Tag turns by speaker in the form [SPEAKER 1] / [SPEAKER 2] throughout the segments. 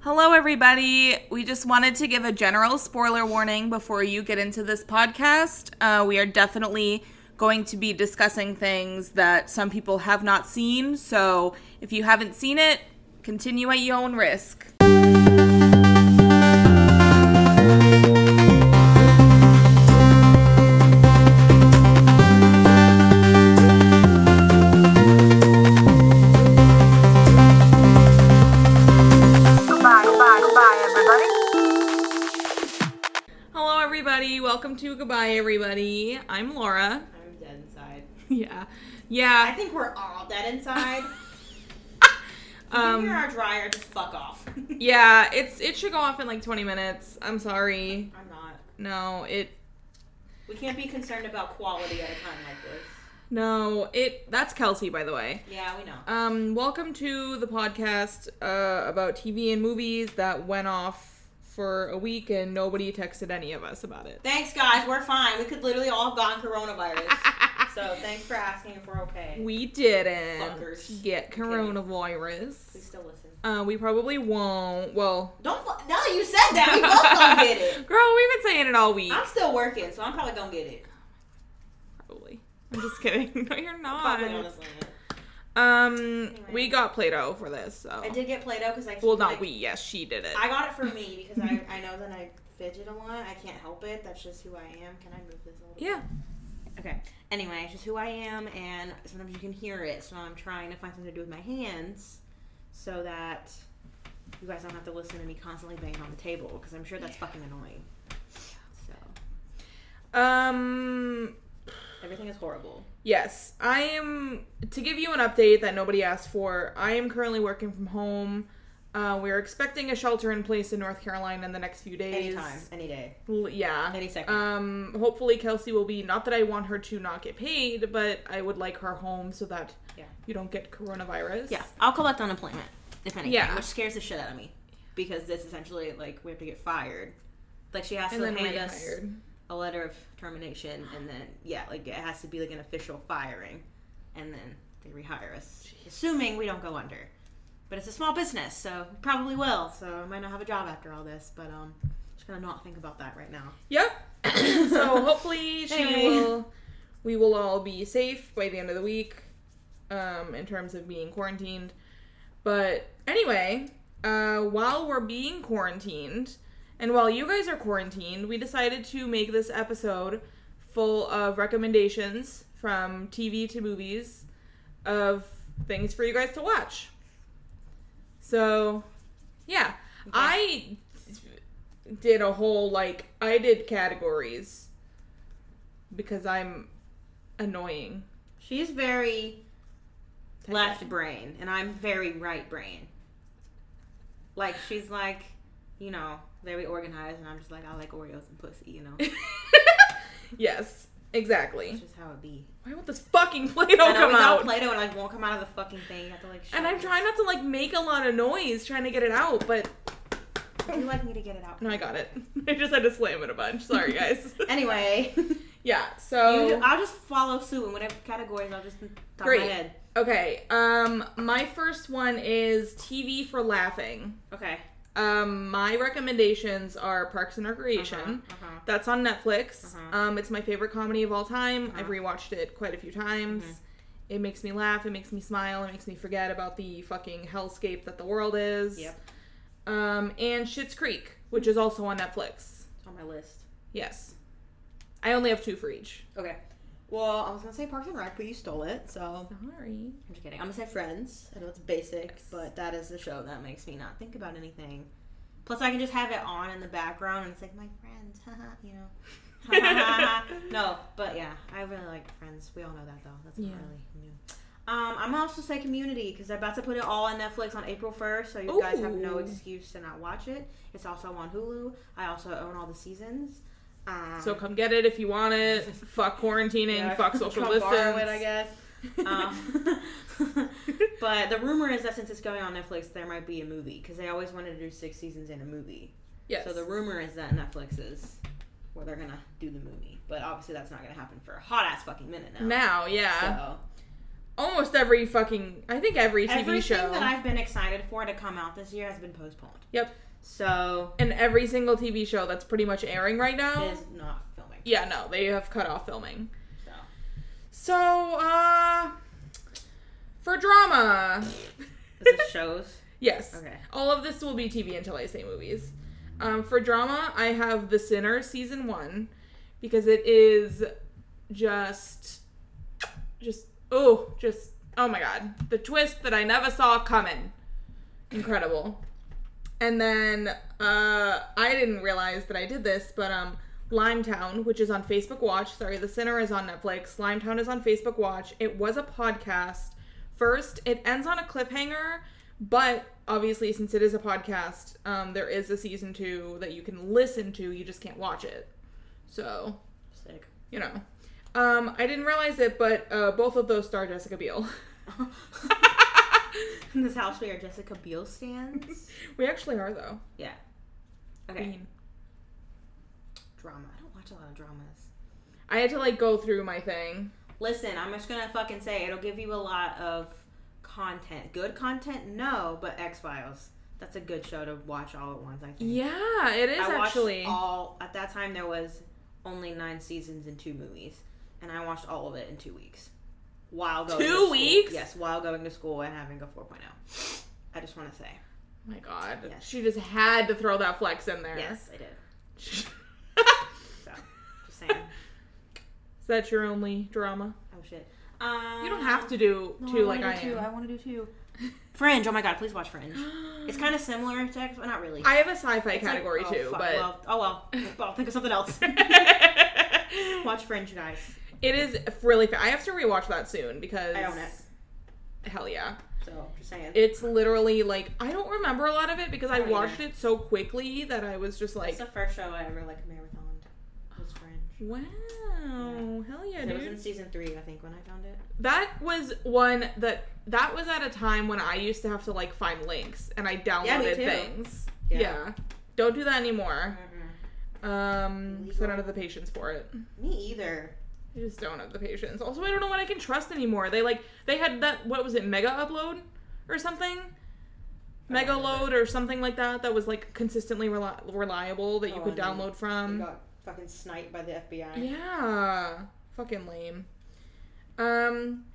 [SPEAKER 1] Hello, everybody. We just wanted to give a general spoiler warning before you get into this podcast. Uh, we are definitely going to be discussing things that some people have not seen. So if you haven't seen it, continue at your own risk.
[SPEAKER 2] Goodbye, goodbye, goodbye, everybody.
[SPEAKER 1] Hello, everybody. Welcome to Goodbye, Everybody. I'm Laura.
[SPEAKER 3] I'm dead inside.
[SPEAKER 1] Yeah.
[SPEAKER 3] I
[SPEAKER 1] Yeah.
[SPEAKER 3] think we're all dead inside. If you hear
[SPEAKER 1] Um,
[SPEAKER 3] our dryer, just fuck off. I'm
[SPEAKER 1] yeah, it's it should go off in like 20 minutes. I'm sorry.
[SPEAKER 3] not.
[SPEAKER 1] No, it
[SPEAKER 3] We can't be concerned about quality at a time like this.
[SPEAKER 1] no, it that's Kelsey by the way.
[SPEAKER 3] Yeah, we know.
[SPEAKER 1] Um, welcome to the podcast uh, about TV and movies that went off for a week and nobody texted any of us about it.
[SPEAKER 3] Thanks, guys. We're fine. We could literally all have gotten coronavirus. so thanks for asking if we're okay.
[SPEAKER 1] we didn't
[SPEAKER 3] Fuckers.
[SPEAKER 1] get
[SPEAKER 3] Please
[SPEAKER 1] coronavirus.
[SPEAKER 3] still listen.
[SPEAKER 1] Uh, we probably won't. Well,
[SPEAKER 3] Don't. fu- Now that you said that, we both gonna get it.
[SPEAKER 1] Girl, we've been saying it all week.
[SPEAKER 3] I'm still working, so I'm probably gonna get it.
[SPEAKER 1] Probably. I'm just kidding. No, you're
[SPEAKER 3] Probably,
[SPEAKER 1] not.
[SPEAKER 3] honestly.
[SPEAKER 1] Um, we got Play-Doh for this. So,
[SPEAKER 3] I did get Play-Doh because I. Keep,
[SPEAKER 1] Oh. well, not
[SPEAKER 3] like-
[SPEAKER 1] we. Yes, she did it.
[SPEAKER 3] I got it for me because I, I know that I fidget a lot. I can't help it. That's just who I am. Can I move this a little? bit?
[SPEAKER 1] yeah.
[SPEAKER 3] Okay. Anyway, it's just who I am, and sometimes you can hear it. So I'm trying to find something to do with my hands, so that you guys don't have to listen to me constantly banging on the table because I'm sure that's fucking annoying. So
[SPEAKER 1] Um,
[SPEAKER 3] everything is horrible.
[SPEAKER 1] Yes, I am. To give you an update that nobody asked for, I am currently working from home. Uh, we're expecting a shelter in place in North Carolina in the next few days.
[SPEAKER 3] Anytime, any day,
[SPEAKER 1] L- yeah.
[SPEAKER 3] any second.
[SPEAKER 1] Um, hopefully Kelsey will be not that I want her to not get paid, but I would like her home so that
[SPEAKER 3] Yeah.
[SPEAKER 1] you don't get coronavirus.
[SPEAKER 3] yeah, I'll collect unemployment if anything,
[SPEAKER 1] Yeah.
[SPEAKER 3] which scares the shit out of me because it's essentially like we have to get fired. Like she has
[SPEAKER 1] And
[SPEAKER 3] to
[SPEAKER 1] then we
[SPEAKER 3] hand
[SPEAKER 1] get
[SPEAKER 3] us.
[SPEAKER 1] hired.
[SPEAKER 3] a letter of termination and then yeah like it has to be like an official firing and then they rehire us assuming we don't go under but it's a small business so we probably will so i might not have a job after all this but um just gonna not think about that right now
[SPEAKER 1] Yep. so hopefully she
[SPEAKER 3] Hey.
[SPEAKER 1] will. We will all be safe by the end of the week, um, in terms of being quarantined. But anyway, uh, while we're being quarantined, and while you guys are quarantined, we decided to make this episode full of recommendations from TV to movies of things for you guys to watch. So, yeah. I did a whole like I did categories because I'm annoying.
[SPEAKER 3] she's very
[SPEAKER 1] Type
[SPEAKER 3] left
[SPEAKER 1] A.
[SPEAKER 3] brain and i'm very right brain like she's like you know very organized and i'm just like i like oreos and pussy you know
[SPEAKER 1] yes,
[SPEAKER 3] it's
[SPEAKER 1] exactly.
[SPEAKER 3] just how it be
[SPEAKER 1] Why won't this fucking Play-Doh
[SPEAKER 3] I know
[SPEAKER 1] come
[SPEAKER 3] we got
[SPEAKER 1] out?
[SPEAKER 3] Play-Doh and like won't come out of the fucking thing. You have to like. shove
[SPEAKER 1] and I'm
[SPEAKER 3] it.
[SPEAKER 1] trying not to like make a lot of noise trying to get it out, but
[SPEAKER 3] Would you like me to get it out?
[SPEAKER 1] no, I got it. I just had to slam it a bunch. Sorry, guys.
[SPEAKER 3] Anyway,
[SPEAKER 1] yeah. So
[SPEAKER 3] you- I'll just follow suit in whatever categories. I'll just top
[SPEAKER 1] Great.
[SPEAKER 3] my head.
[SPEAKER 1] okay. Um, my first one is TV for laughing.
[SPEAKER 3] Okay.
[SPEAKER 1] Um, my recommendations are Parks and Recreation.
[SPEAKER 3] Uh-huh, uh-huh.
[SPEAKER 1] That's on Netflix.
[SPEAKER 3] Uh-huh.
[SPEAKER 1] Um, it's my favorite comedy of all time. I've
[SPEAKER 3] Uh-huh.
[SPEAKER 1] rewatched it quite a few times.
[SPEAKER 3] Mhm.
[SPEAKER 1] It makes me laugh. It makes me smile. It makes me forget about the fucking hellscape that the world is.
[SPEAKER 3] Yep.
[SPEAKER 1] Um, and Schitt's Creek, which is also on Netflix.
[SPEAKER 3] It's on my list.
[SPEAKER 1] Yes. I only have two for each.
[SPEAKER 3] Okay. Well, I was gonna say Parks and Rec, but you stole it, so
[SPEAKER 1] Sorry.
[SPEAKER 3] I'm just kidding. I'm gonna say Friends. I know it's basic, but that is the show that makes me not think about anything. Plus, I can just have it on in the background, and it's like my friends, haha, you know. no, but yeah, I really like Friends. We all know that though. That's not
[SPEAKER 1] Yeah.
[SPEAKER 3] really new. Um, I'm gonna also say Community because I'm about to put it all on Netflix on April 1st, so you guys have no
[SPEAKER 1] Ooh.
[SPEAKER 3] excuse to not watch it. It's also on Hulu. I also own all the seasons. Um,
[SPEAKER 1] So come get it if you want it. fuck quarantining.
[SPEAKER 3] yeah,
[SPEAKER 1] fuck social
[SPEAKER 3] come borrow it, I
[SPEAKER 1] distance.
[SPEAKER 3] guess. Um, but the rumor is that since it's going on Netflix, there might be a movie because they always wanted to do six seasons in a movie.
[SPEAKER 1] yes.
[SPEAKER 3] So the rumor is that Netflix is where they're gonna do the movie, but obviously that's not gonna happen for a hot ass fucking minute now.
[SPEAKER 1] now, yeah.
[SPEAKER 3] So
[SPEAKER 1] almost every fucking I think every TV
[SPEAKER 3] Everything
[SPEAKER 1] show.
[SPEAKER 3] that I've been excited for to come out this year has been postponed.
[SPEAKER 1] yep.
[SPEAKER 3] So
[SPEAKER 1] And every single TV show that's pretty much airing right now.
[SPEAKER 3] it is not filming.
[SPEAKER 1] yeah, no, they have cut off filming.
[SPEAKER 3] So
[SPEAKER 1] So, uh for drama.
[SPEAKER 3] is this shows?
[SPEAKER 1] yes.
[SPEAKER 3] Okay.
[SPEAKER 1] All of this will be TV until I say movies. Um, for drama, I have The Sinner season one because it is just, just oh, just oh my god, the twist that I never saw coming, incredible. And then uh, I didn't realize that I did this, but um, Limetown, which is on Facebook Watch. Sorry, The Sinner is on Netflix. Limetown is on Facebook Watch. It was a podcast first. It ends on a cliffhanger, but obviously, since it is a podcast, um, there is a season two that you can listen to. You just can't watch it. So
[SPEAKER 3] Sick.
[SPEAKER 1] you know, um, I didn't realize it, but uh, both of those star Jessica Biel.
[SPEAKER 3] In this house where Jessica Biel stands.
[SPEAKER 1] we actually are though.
[SPEAKER 3] Yeah.
[SPEAKER 1] I
[SPEAKER 3] Okay.
[SPEAKER 1] mean,
[SPEAKER 3] Drama. I don't watch a lot of dramas.
[SPEAKER 1] I had to like go through my thing.
[SPEAKER 3] Listen, I'm just gonna fucking say it'll give you a lot of content. Good content, no, but X Files. That's a good show to watch all at once. I think.
[SPEAKER 1] Yeah, it is
[SPEAKER 3] I watched
[SPEAKER 1] actually.
[SPEAKER 3] all at that time. There was only nine seasons and two movies, and I watched all of it in two weeks. While going
[SPEAKER 1] Two
[SPEAKER 3] to school.
[SPEAKER 1] weeks?
[SPEAKER 3] yes, while going to school and having a 4.0. I just want to say
[SPEAKER 1] oh my god,
[SPEAKER 3] Yes.
[SPEAKER 1] she just had to throw that flex in there.
[SPEAKER 3] yes, I did. So just saying.
[SPEAKER 1] is that your only drama?
[SPEAKER 3] oh shit. Um,
[SPEAKER 1] You don't have to do
[SPEAKER 3] No,
[SPEAKER 1] two
[SPEAKER 3] I
[SPEAKER 1] like
[SPEAKER 3] wanna
[SPEAKER 1] I
[SPEAKER 3] do two.
[SPEAKER 1] am.
[SPEAKER 3] I want to do two. Fringe. Oh my god, please watch Fringe. It's kind of similar to X, but not really.
[SPEAKER 1] I have a sci-fi
[SPEAKER 3] It's like-
[SPEAKER 1] category
[SPEAKER 3] oh,
[SPEAKER 1] too,
[SPEAKER 3] fuck,
[SPEAKER 1] but
[SPEAKER 3] well, oh well. Well, I'll think of something else. Watch Fringe, guys.
[SPEAKER 1] it is really. Fa- I have to rewatch that soon because
[SPEAKER 3] I own it,
[SPEAKER 1] Hell yeah.
[SPEAKER 3] so just saying.
[SPEAKER 1] It's literally like I don't remember a lot of it because I
[SPEAKER 3] Oh, yeah.
[SPEAKER 1] watched it so quickly that I was just like,
[SPEAKER 3] it's the first show I ever like marathoned. Was Fringe.
[SPEAKER 1] wow, hell yeah,
[SPEAKER 3] It was in
[SPEAKER 1] dude.
[SPEAKER 3] season three, I think, when I found it.
[SPEAKER 1] That was one that that was at a time when I used to have to like find links and I downloaded
[SPEAKER 3] too.
[SPEAKER 1] things. Yeah.
[SPEAKER 3] Yeah. Mm-hmm.
[SPEAKER 1] Don't do that anymore. Um, 'cause I don't have the patience for it.
[SPEAKER 3] Me either.
[SPEAKER 1] I just don't have the patience. Also, I don't know what I can trust anymore. They like they had that what was it, mega upload or something? Mega load or something like that that was like consistently reli- reliable that you
[SPEAKER 3] Oh,
[SPEAKER 1] could
[SPEAKER 3] I know.
[SPEAKER 1] download
[SPEAKER 3] I
[SPEAKER 1] from.
[SPEAKER 3] got fucking sniped by the FBI.
[SPEAKER 1] Yeah. Fucking lame. Um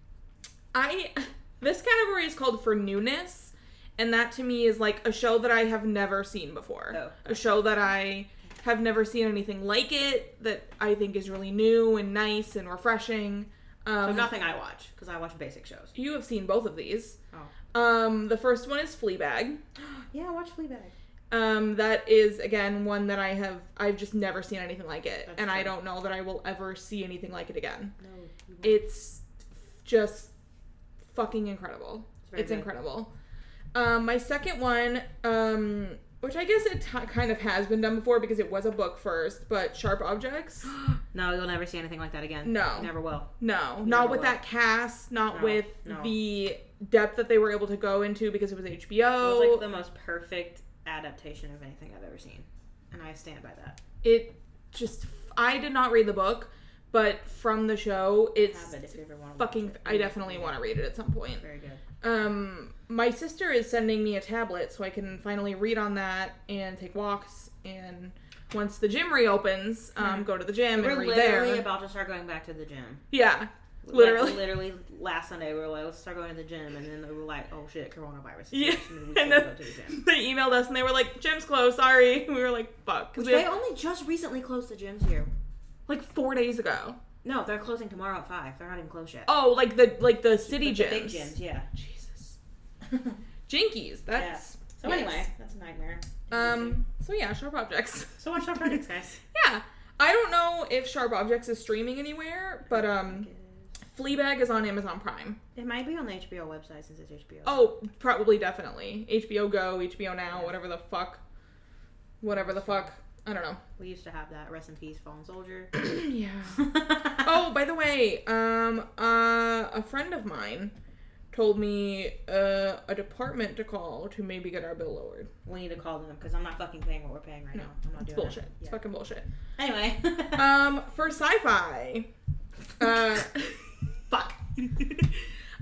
[SPEAKER 1] I this category is called for newness and that to me is like a show that I have never seen before.
[SPEAKER 3] Oh.
[SPEAKER 1] A show that I have never seen anything like it that I think is really new and nice and refreshing.
[SPEAKER 3] So
[SPEAKER 1] Um
[SPEAKER 3] nothing I watch because I watch basic shows.
[SPEAKER 1] you have seen both of these.
[SPEAKER 3] Oh.
[SPEAKER 1] Um the first one is Fleabag.
[SPEAKER 3] Yeah, watch Fleabag.
[SPEAKER 1] Um, that is again one that I have I've just never seen anything like it,
[SPEAKER 3] That's
[SPEAKER 1] and I
[SPEAKER 3] true.
[SPEAKER 1] don't know that I will ever see anything like it again.
[SPEAKER 3] No, you won't.
[SPEAKER 1] It's just fucking incredible.
[SPEAKER 3] It's
[SPEAKER 1] It's,
[SPEAKER 3] very good.
[SPEAKER 1] incredible. Um, my second one, um, which I guess it t- kind of has been done before because it was a book first, but Sharp Objects.
[SPEAKER 3] No, you'll never see anything like that again.
[SPEAKER 1] No.
[SPEAKER 3] never will.
[SPEAKER 1] No,
[SPEAKER 3] You
[SPEAKER 1] not
[SPEAKER 3] know
[SPEAKER 1] with
[SPEAKER 3] what?
[SPEAKER 1] that cast, not
[SPEAKER 3] No,
[SPEAKER 1] with
[SPEAKER 3] no.
[SPEAKER 1] the depth that they were able to go into because it was
[SPEAKER 3] It
[SPEAKER 1] HBO.
[SPEAKER 3] was like the most perfect adaptation of anything I've ever seen, and I stand by that.
[SPEAKER 1] it just I did not read the book, but from the show,
[SPEAKER 3] Have
[SPEAKER 1] it's
[SPEAKER 3] it if you ever want to.
[SPEAKER 1] fucking.
[SPEAKER 3] Watch it.
[SPEAKER 1] I definitely want to read it at some point.
[SPEAKER 3] Very good.
[SPEAKER 1] Um, my sister is sending me a tablet so I can finally read on that and take walks. And once the gym reopens, um, go to the gym and
[SPEAKER 3] Hmm. We're
[SPEAKER 1] read
[SPEAKER 3] literally
[SPEAKER 1] there.
[SPEAKER 3] about to start going back to the gym.
[SPEAKER 1] yeah,
[SPEAKER 3] Like,
[SPEAKER 1] literally.
[SPEAKER 3] literally last Sunday we were like, let's start going to the gym, and then we were like, oh shit, coronavirus.
[SPEAKER 1] Yeah,
[SPEAKER 3] situation, we
[SPEAKER 1] and
[SPEAKER 3] can't
[SPEAKER 1] then
[SPEAKER 3] go to the gym.
[SPEAKER 1] they emailed us and they were like, "Gym's closed. Sorry." We were like, "Fuck," 'cause
[SPEAKER 3] Which
[SPEAKER 1] we
[SPEAKER 3] they
[SPEAKER 1] have-
[SPEAKER 3] only just recently closed the gyms here.
[SPEAKER 1] like four days ago.
[SPEAKER 3] No, they're closing tomorrow at five. They're not even closed yet.
[SPEAKER 1] Oh, like the like the city
[SPEAKER 3] The
[SPEAKER 1] gyms.
[SPEAKER 3] big gyms, yeah.
[SPEAKER 1] Jesus, jinkies. That's
[SPEAKER 3] So
[SPEAKER 1] yes.
[SPEAKER 3] anyway, that's a nightmare.
[SPEAKER 1] Um. So yeah, sharp objects.
[SPEAKER 3] So watch our projects, guys.
[SPEAKER 1] yeah, I don't know if sharp objects is streaming anywhere, but um, Fleabag is on Amazon Prime.
[SPEAKER 3] It might be on the HBO website since it's HBO.
[SPEAKER 1] Oh, probably definitely HBO Go, HBO Now, whatever the fuck, whatever the fuck. I don't know.
[SPEAKER 3] We used to have that. Rest in peace, fallen soldier.
[SPEAKER 1] yeah. Oh, by the way, um, uh, a friend of mine told me uh, a department to call to maybe get our bill lowered.
[SPEAKER 3] we need to call them because I'm not fucking paying what we're paying right now. I'm not
[SPEAKER 1] It's
[SPEAKER 3] doing
[SPEAKER 1] bullshit.
[SPEAKER 3] It.
[SPEAKER 1] It's
[SPEAKER 3] Yeah.
[SPEAKER 1] fucking bullshit.
[SPEAKER 3] Anyway. Uh,
[SPEAKER 1] Um, for sci-fi, uh,
[SPEAKER 3] Fuck.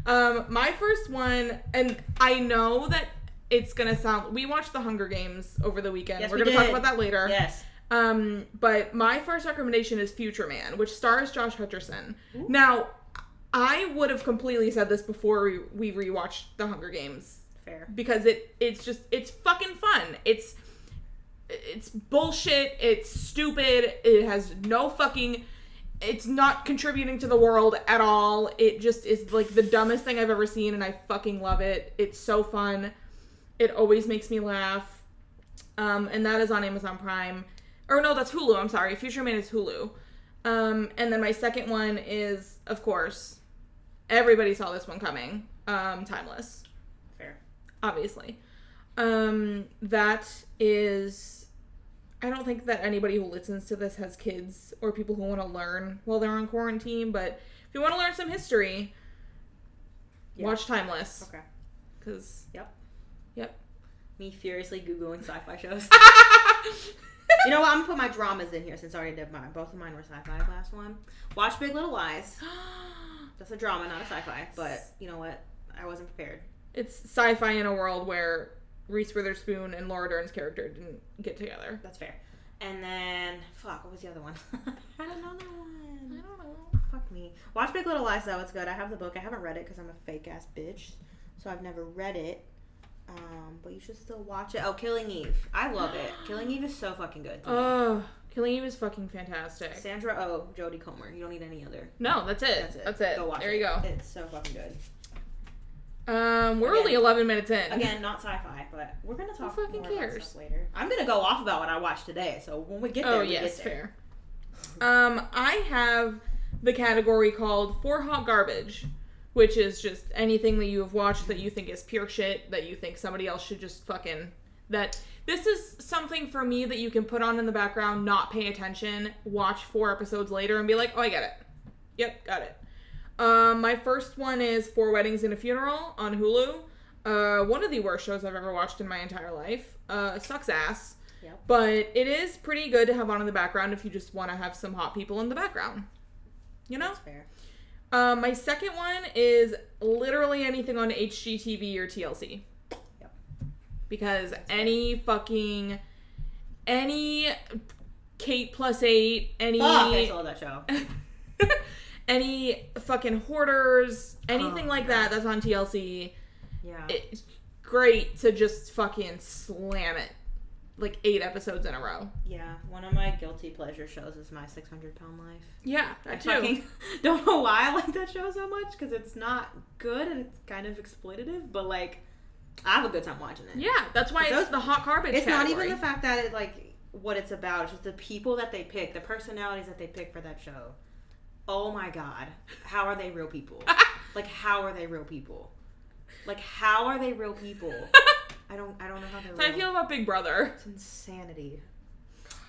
[SPEAKER 1] Um, my first one, and I know that it's gonna sound. We watched The Hunger Games over the weekend.
[SPEAKER 3] Yes,
[SPEAKER 1] We're
[SPEAKER 3] we
[SPEAKER 1] gonna talk
[SPEAKER 3] did.
[SPEAKER 1] about that later.
[SPEAKER 3] Yes.
[SPEAKER 1] Um, but my first recommendation is Future Man, which stars Josh Hutcherson. Now, I would have completely said this before we, we rewatched The Hunger Games
[SPEAKER 3] Fair.
[SPEAKER 1] because it it's just it's fucking fun. It's it's bullshit. It's stupid. It has no fucking. It's not contributing to the world at all. It just is like the dumbest thing I've ever seen, and I fucking love it. It's so fun. It always makes me laugh. Um, and that is on Amazon Prime. Or no, that's Hulu. I'm sorry. Future Man is Hulu. Um, and then my second one is, of course, everybody saw this one coming. Um, Timeless
[SPEAKER 3] Fair.
[SPEAKER 1] obviously. Um, that is. I don't think that anybody who listens to this has kids or people who want to learn while they're on quarantine, but if you want to learn some history,
[SPEAKER 3] Yeah.
[SPEAKER 1] watch Timeless.
[SPEAKER 3] Okay.
[SPEAKER 1] Because,
[SPEAKER 3] Yep.
[SPEAKER 1] yep.
[SPEAKER 3] Me furiously googling sci-fi shows. you know what? I'm gonna put my dramas in here since I already did mine. Both of mine were sci-fi. Last one. Watch Big Little Lies. That's a drama, not a sci-fi. But you know what? I wasn't prepared.
[SPEAKER 1] it's sci fi in a world where Reese Witherspoon and Laura Dern's character didn't get together.
[SPEAKER 3] That's fair. And then fuck, what was the other one? I don't know that one.
[SPEAKER 1] don't know.
[SPEAKER 3] Fuck me. Watch Big Little Lies though. It's good. I have the book. I haven't read it because I'm a fake ass bitch, so I've never read it. Um, but you should still watch it. Oh, Killing Eve. I love it. Killing Eve is so fucking good.
[SPEAKER 1] Oh, Killing Eve is fucking fantastic.
[SPEAKER 3] Sandra Oh, Jodie Comer. You don't need any other.
[SPEAKER 1] No, that's it.
[SPEAKER 3] That's it. Go watch
[SPEAKER 1] there
[SPEAKER 3] it.
[SPEAKER 1] you go.
[SPEAKER 3] It's so fucking good.
[SPEAKER 1] Um, we're
[SPEAKER 3] Again.
[SPEAKER 1] only 11 minutes in.
[SPEAKER 3] Again, not sci-fi, but we're gonna talk
[SPEAKER 1] fucking
[SPEAKER 3] more about
[SPEAKER 1] cares?
[SPEAKER 3] stuff later. I'm gonna go off about what I watched today. So when we get there,
[SPEAKER 1] Oh
[SPEAKER 3] we
[SPEAKER 1] yes,
[SPEAKER 3] get there.
[SPEAKER 1] fair. Um, I have the category called for hot garbage, which is just anything that you have watched that you think is pure shit that you think somebody else should just fucking that. This is something for me that you can put on in the background, not pay attention, watch four episodes later, and be like, "Oh, I get it. Yep, got it." Um, my first one is Four Weddings and a Funeral on Hulu. Uh, one of the worst shows I've ever watched in my entire life. Uh, sucks ass.
[SPEAKER 3] Yep.
[SPEAKER 1] But it is pretty good to have on in the background if you just want to have some hot people in the background. You know?
[SPEAKER 3] That's fair.
[SPEAKER 1] Um, my second one is literally anything on HGTV or TLC.
[SPEAKER 3] Yep.
[SPEAKER 1] Because any fucking. Any Kate plus eight, any.
[SPEAKER 3] Fuck, I still love that show.
[SPEAKER 1] any fucking hoarders, anything
[SPEAKER 3] Oh,
[SPEAKER 1] like that that's on TLC,
[SPEAKER 3] Yeah.
[SPEAKER 1] it's great to just fucking slam it like eight episodes in a row.
[SPEAKER 3] Yeah, one of my guilty pleasure shows is my 600 pound life.
[SPEAKER 1] Yeah, that
[SPEAKER 3] I
[SPEAKER 1] too.
[SPEAKER 3] fucking don't know why I like that show so much because it's not good and it's kind of exploitative, but like I have a good time watching it.
[SPEAKER 1] Yeah, that's why it's
[SPEAKER 3] Those-
[SPEAKER 1] the hot garbage.
[SPEAKER 3] it's not even
[SPEAKER 1] category.
[SPEAKER 3] the fact that it like what it's about. It's just the people that they pick, the personalities that they pick for that show. Oh my god, how are they real people? like how are they real people? Like how are they real people? I don't I don't know how they're.
[SPEAKER 1] That's how I
[SPEAKER 3] real.
[SPEAKER 1] feel about Big Brother.
[SPEAKER 3] It's insanity.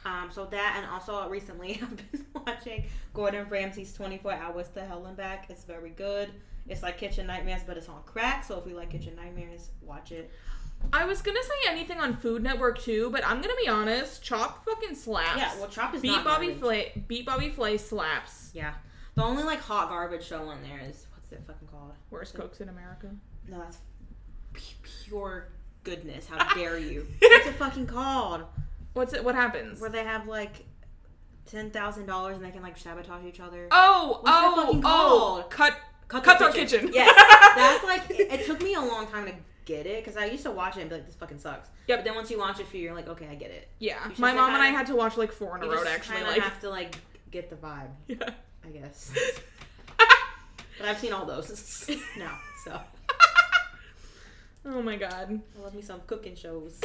[SPEAKER 3] Um, so that and also recently I've been watching Gordon Ramsay's 24 Hours to Hell and Back. It's very good. It's like Kitchen Nightmares, but it's on crack. So if we like Kitchen Nightmares, watch it.
[SPEAKER 1] I was gonna say anything on Food Network too, but I'm gonna be honest. Chop fucking slaps.
[SPEAKER 3] Yeah, well, Chop is
[SPEAKER 1] beat
[SPEAKER 3] not
[SPEAKER 1] Bobby
[SPEAKER 3] garbage.
[SPEAKER 1] Flay. Beat Bobby Flay slaps.
[SPEAKER 3] Yeah, the only like hot garbage show on there is what's it fucking called?
[SPEAKER 1] Worst cooks in America.
[SPEAKER 3] No, that's p- pure goodness. How dare you? What's it fucking called?
[SPEAKER 1] What's it? What happens?
[SPEAKER 3] Where they have like ten thousand dollars and they can like sabotage each other.
[SPEAKER 1] Oh,
[SPEAKER 3] What's that
[SPEAKER 1] oh,
[SPEAKER 3] fucking
[SPEAKER 1] oh!
[SPEAKER 3] called?
[SPEAKER 1] Cut,
[SPEAKER 3] Cut
[SPEAKER 1] Cutthroat Kitchen.
[SPEAKER 3] Yes, that's like it, it took me a long time to get it because I used to watch it and be like, this fucking sucks.
[SPEAKER 1] Yep.
[SPEAKER 3] But then once you watch it for you, you're like, okay, I get it.
[SPEAKER 1] yeah.
[SPEAKER 3] should
[SPEAKER 1] My
[SPEAKER 3] say
[SPEAKER 1] mom and I
[SPEAKER 3] hi.
[SPEAKER 1] had to watch like four in a
[SPEAKER 3] You
[SPEAKER 1] row
[SPEAKER 3] just
[SPEAKER 1] to actually
[SPEAKER 3] kinda
[SPEAKER 1] like.
[SPEAKER 3] have to like get the vibe,
[SPEAKER 1] Yeah.
[SPEAKER 3] I guess. but I've seen all those now, so
[SPEAKER 1] oh my god.
[SPEAKER 3] I love me some cooking shows.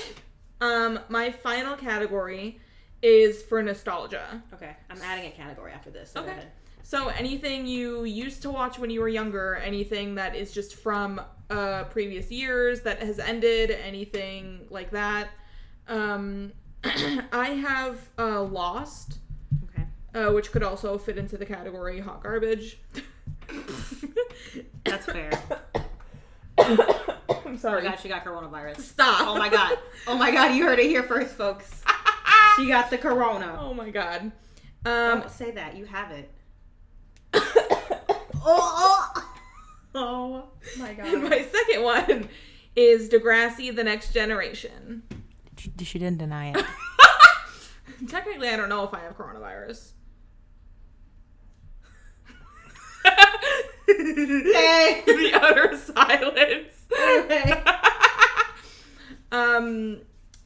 [SPEAKER 1] Um, my final category is for nostalgia.
[SPEAKER 3] Okay, I'm adding a category after this. So go
[SPEAKER 1] Okay.
[SPEAKER 3] ahead.
[SPEAKER 1] So anything you used to watch when you were younger, anything that is just from uh, previous years that has ended, anything like that. Um, I have uh, Lost,
[SPEAKER 3] Okay.
[SPEAKER 1] uh, which could also fit into the category hot garbage.
[SPEAKER 3] That's fair.
[SPEAKER 1] I'm
[SPEAKER 3] Oh my
[SPEAKER 1] sorry.
[SPEAKER 3] god, she got coronavirus.
[SPEAKER 1] Stop.
[SPEAKER 3] Oh my god. Oh my god, you heard it here first, folks. She got the corona.
[SPEAKER 1] oh my god. Um,
[SPEAKER 3] Don't say that. You have it.
[SPEAKER 1] oh.
[SPEAKER 3] Oh, oh. Oh.
[SPEAKER 4] My
[SPEAKER 1] And my second one is Degrassi: The Next Generation.
[SPEAKER 3] She, she didn't deny it.
[SPEAKER 1] Technically, I don't know if I have coronavirus.
[SPEAKER 3] Hey.
[SPEAKER 1] the utter silence.
[SPEAKER 3] Hey.
[SPEAKER 1] um,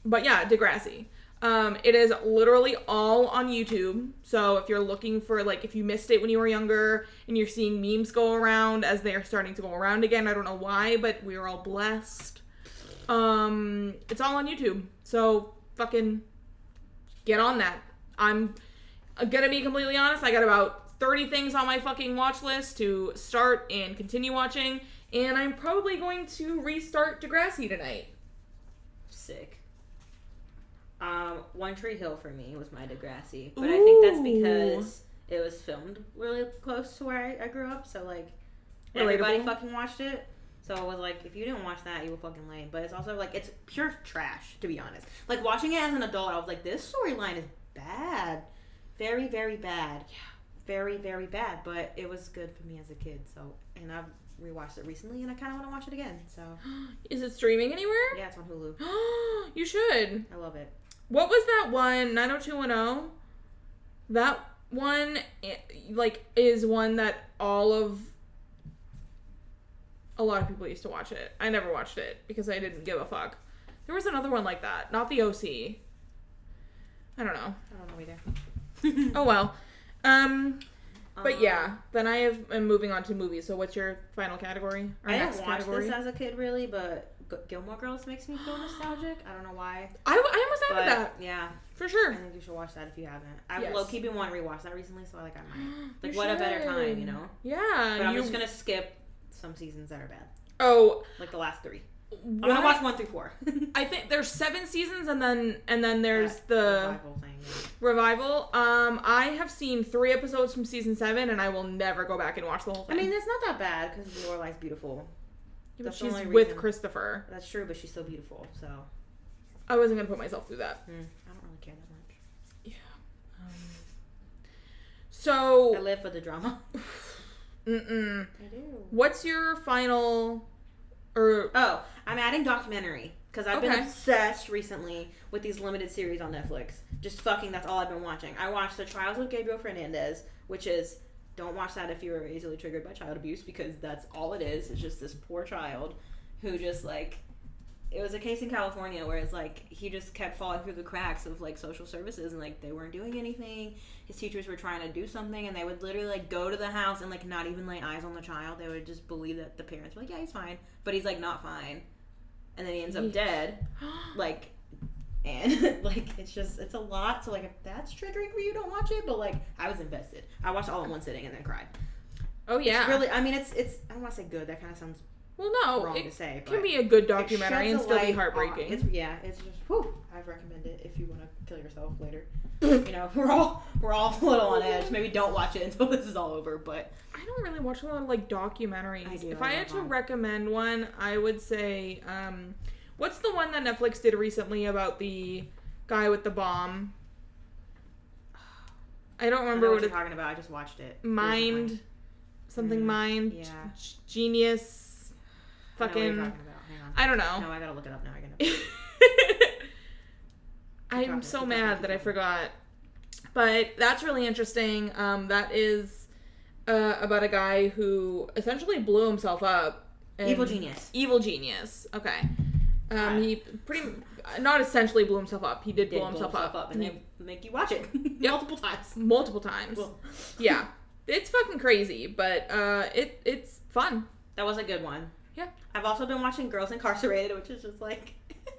[SPEAKER 1] but yeah, Degrassi. Um, it is literally all on YouTube. So if you're looking for like if you missed it when you were younger and you're seeing memes go around as they are starting to go around again, I don't know why, but we are all blessed. Um, it's all on YouTube. So fucking get on that. I'm uh, gonna be completely honest. I got about 30 things on my fucking watch list to start and continue watching, and I'm probably going to restart Degrassi tonight.
[SPEAKER 3] Sick. Um, One Tree Hill for me was my Degrassi, but I think that's
[SPEAKER 1] Ooh.
[SPEAKER 3] because it was filmed really close to where I, I grew up, so like everybody
[SPEAKER 1] Relatable.
[SPEAKER 3] fucking watched it. So I was like, if you didn't watch that, you were fucking lame. But it's also like it's pure trash, to be honest. Like watching it as an adult, I was like, this storyline is bad, very very bad, yeah, very very bad. But it was good for me as a kid. So and I've rewatched it recently, and I kind of want to watch it again. So
[SPEAKER 1] Is it streaming anywhere?
[SPEAKER 3] yeah, it's on Hulu.
[SPEAKER 1] you should.
[SPEAKER 3] I love it.
[SPEAKER 1] What was that one? 90210? That one, eh, like, is one that all of. A lot of people used to watch it. I never watched it because I didn't give a fuck. There was another one like that, not the OC. I don't know.
[SPEAKER 3] I don't know either.
[SPEAKER 1] Oh well. Um, but
[SPEAKER 3] Um,
[SPEAKER 1] yeah, then I have, am moving on to movies. So what's your final category? Or
[SPEAKER 3] I didn't watch this as a kid really, but G- Gilmore Girls makes me feel nostalgic. I don't know why,
[SPEAKER 1] I, w- I almost
[SPEAKER 3] but
[SPEAKER 1] added that
[SPEAKER 3] yeah,
[SPEAKER 1] for
[SPEAKER 3] I
[SPEAKER 1] sure.
[SPEAKER 3] think you should watch that if you haven't. I've
[SPEAKER 1] Yes.
[SPEAKER 3] low key been wanting to rewatch that recently, so I like I might.
[SPEAKER 1] You
[SPEAKER 3] Like, what a better time, you
[SPEAKER 1] should.
[SPEAKER 3] know?
[SPEAKER 1] Yeah.
[SPEAKER 3] But I'm
[SPEAKER 1] you-
[SPEAKER 3] just gonna skip some seasons that are bad,
[SPEAKER 1] Oh,
[SPEAKER 3] like the last three. I'm
[SPEAKER 1] why-
[SPEAKER 3] gonna watch one through four.
[SPEAKER 1] I think there's seven seasons, and then and then there's
[SPEAKER 3] That
[SPEAKER 1] the
[SPEAKER 3] revival thing.
[SPEAKER 1] revival. Um, I have seen three episodes from season seven, and I will never go back and watch the whole
[SPEAKER 3] I
[SPEAKER 1] thing.
[SPEAKER 3] mean, it's not that bad because Lorelai's beautiful.
[SPEAKER 1] But
[SPEAKER 3] that's the
[SPEAKER 1] she's
[SPEAKER 3] only
[SPEAKER 1] with
[SPEAKER 3] reason.
[SPEAKER 1] Christopher.
[SPEAKER 3] That's true, but she's still beautiful, so
[SPEAKER 1] I wasn't gonna put myself through that.
[SPEAKER 3] mm, I don't really care that much. Um, I
[SPEAKER 1] So,
[SPEAKER 3] live for the drama.
[SPEAKER 1] mm-mm.
[SPEAKER 3] Oh. I do.
[SPEAKER 1] what's your final? Or
[SPEAKER 3] Oh, I'm adding documentary because I've been
[SPEAKER 1] Okay.
[SPEAKER 3] obsessed recently with these limited series on Netflix. Just fucking, that's all I've been watching. I watched The Trials of Gabriel Fernandez, which is don't watch that if you're easily triggered by child abuse because that's all it is. It's just this poor child who just like it was a case in California where it's like he just kept falling through the cracks of like social services and like they weren't doing anything. His teachers were trying to do something and they would literally like go to the house and like not even lay eyes on the child. They would just believe that the parents were like, yeah, he's fine, but he's like not fine, and then he ends up dead. Like, and like it's just it's a lot. So like if that's triggering for you, don't watch it. But like I was invested. I watched all in one sitting and then cried.
[SPEAKER 1] oh yeah,
[SPEAKER 3] Really, I mean it's it's I don't want to say good. That kind of sounds
[SPEAKER 1] well no,
[SPEAKER 3] wrong
[SPEAKER 1] it
[SPEAKER 3] to say. But
[SPEAKER 1] can be a good
[SPEAKER 3] it
[SPEAKER 1] documentary and
[SPEAKER 3] sheds a
[SPEAKER 1] still be
[SPEAKER 3] light
[SPEAKER 1] heartbreaking.
[SPEAKER 3] on- It's, yeah, it's just whew, I recommend it if you want to kill yourself later. you know, we're all we're all a little on edge. Maybe don't watch it until this is all over. But
[SPEAKER 1] I don't really watch a lot of like documentaries.
[SPEAKER 3] I do,
[SPEAKER 1] if
[SPEAKER 3] I
[SPEAKER 1] I,
[SPEAKER 3] love
[SPEAKER 1] had to
[SPEAKER 3] them.
[SPEAKER 1] recommend one, I would say, um, what's the one that Netflix did recently about the guy with the bomb? I don't
[SPEAKER 3] I
[SPEAKER 1] remember
[SPEAKER 3] know what
[SPEAKER 1] what
[SPEAKER 3] you're
[SPEAKER 1] it's
[SPEAKER 3] talking about. I just watched it.
[SPEAKER 1] mind,
[SPEAKER 3] recently.
[SPEAKER 1] something
[SPEAKER 3] Mm,
[SPEAKER 1] mind,
[SPEAKER 3] yeah.
[SPEAKER 1] g- genius,
[SPEAKER 3] I know what you're
[SPEAKER 1] fucking.
[SPEAKER 3] talking about. Hang on.
[SPEAKER 1] I don't know.
[SPEAKER 3] No, I gotta look it up now. I gotta.
[SPEAKER 1] I'm
[SPEAKER 3] talking, keep
[SPEAKER 1] so
[SPEAKER 3] talking,
[SPEAKER 1] mad
[SPEAKER 3] keep
[SPEAKER 1] that I
[SPEAKER 3] talking.
[SPEAKER 1] forgot. But that's really interesting. Um, that is uh, about a guy who essentially blew himself up. and-
[SPEAKER 3] Evil genius.
[SPEAKER 1] Evil genius. Okay.
[SPEAKER 3] Got
[SPEAKER 1] Um, he pretty not essentially blew himself up. He did,
[SPEAKER 3] Did
[SPEAKER 1] blow himself, up,
[SPEAKER 3] and
[SPEAKER 1] He-
[SPEAKER 3] they make you watch it multiple times.
[SPEAKER 1] multiple times.
[SPEAKER 3] Well,
[SPEAKER 1] Yeah, it's fucking crazy, but uh, it it's fun.
[SPEAKER 3] that was a good one.
[SPEAKER 1] Yeah.
[SPEAKER 3] I've also been watching Girls Incarcerated, which is just like.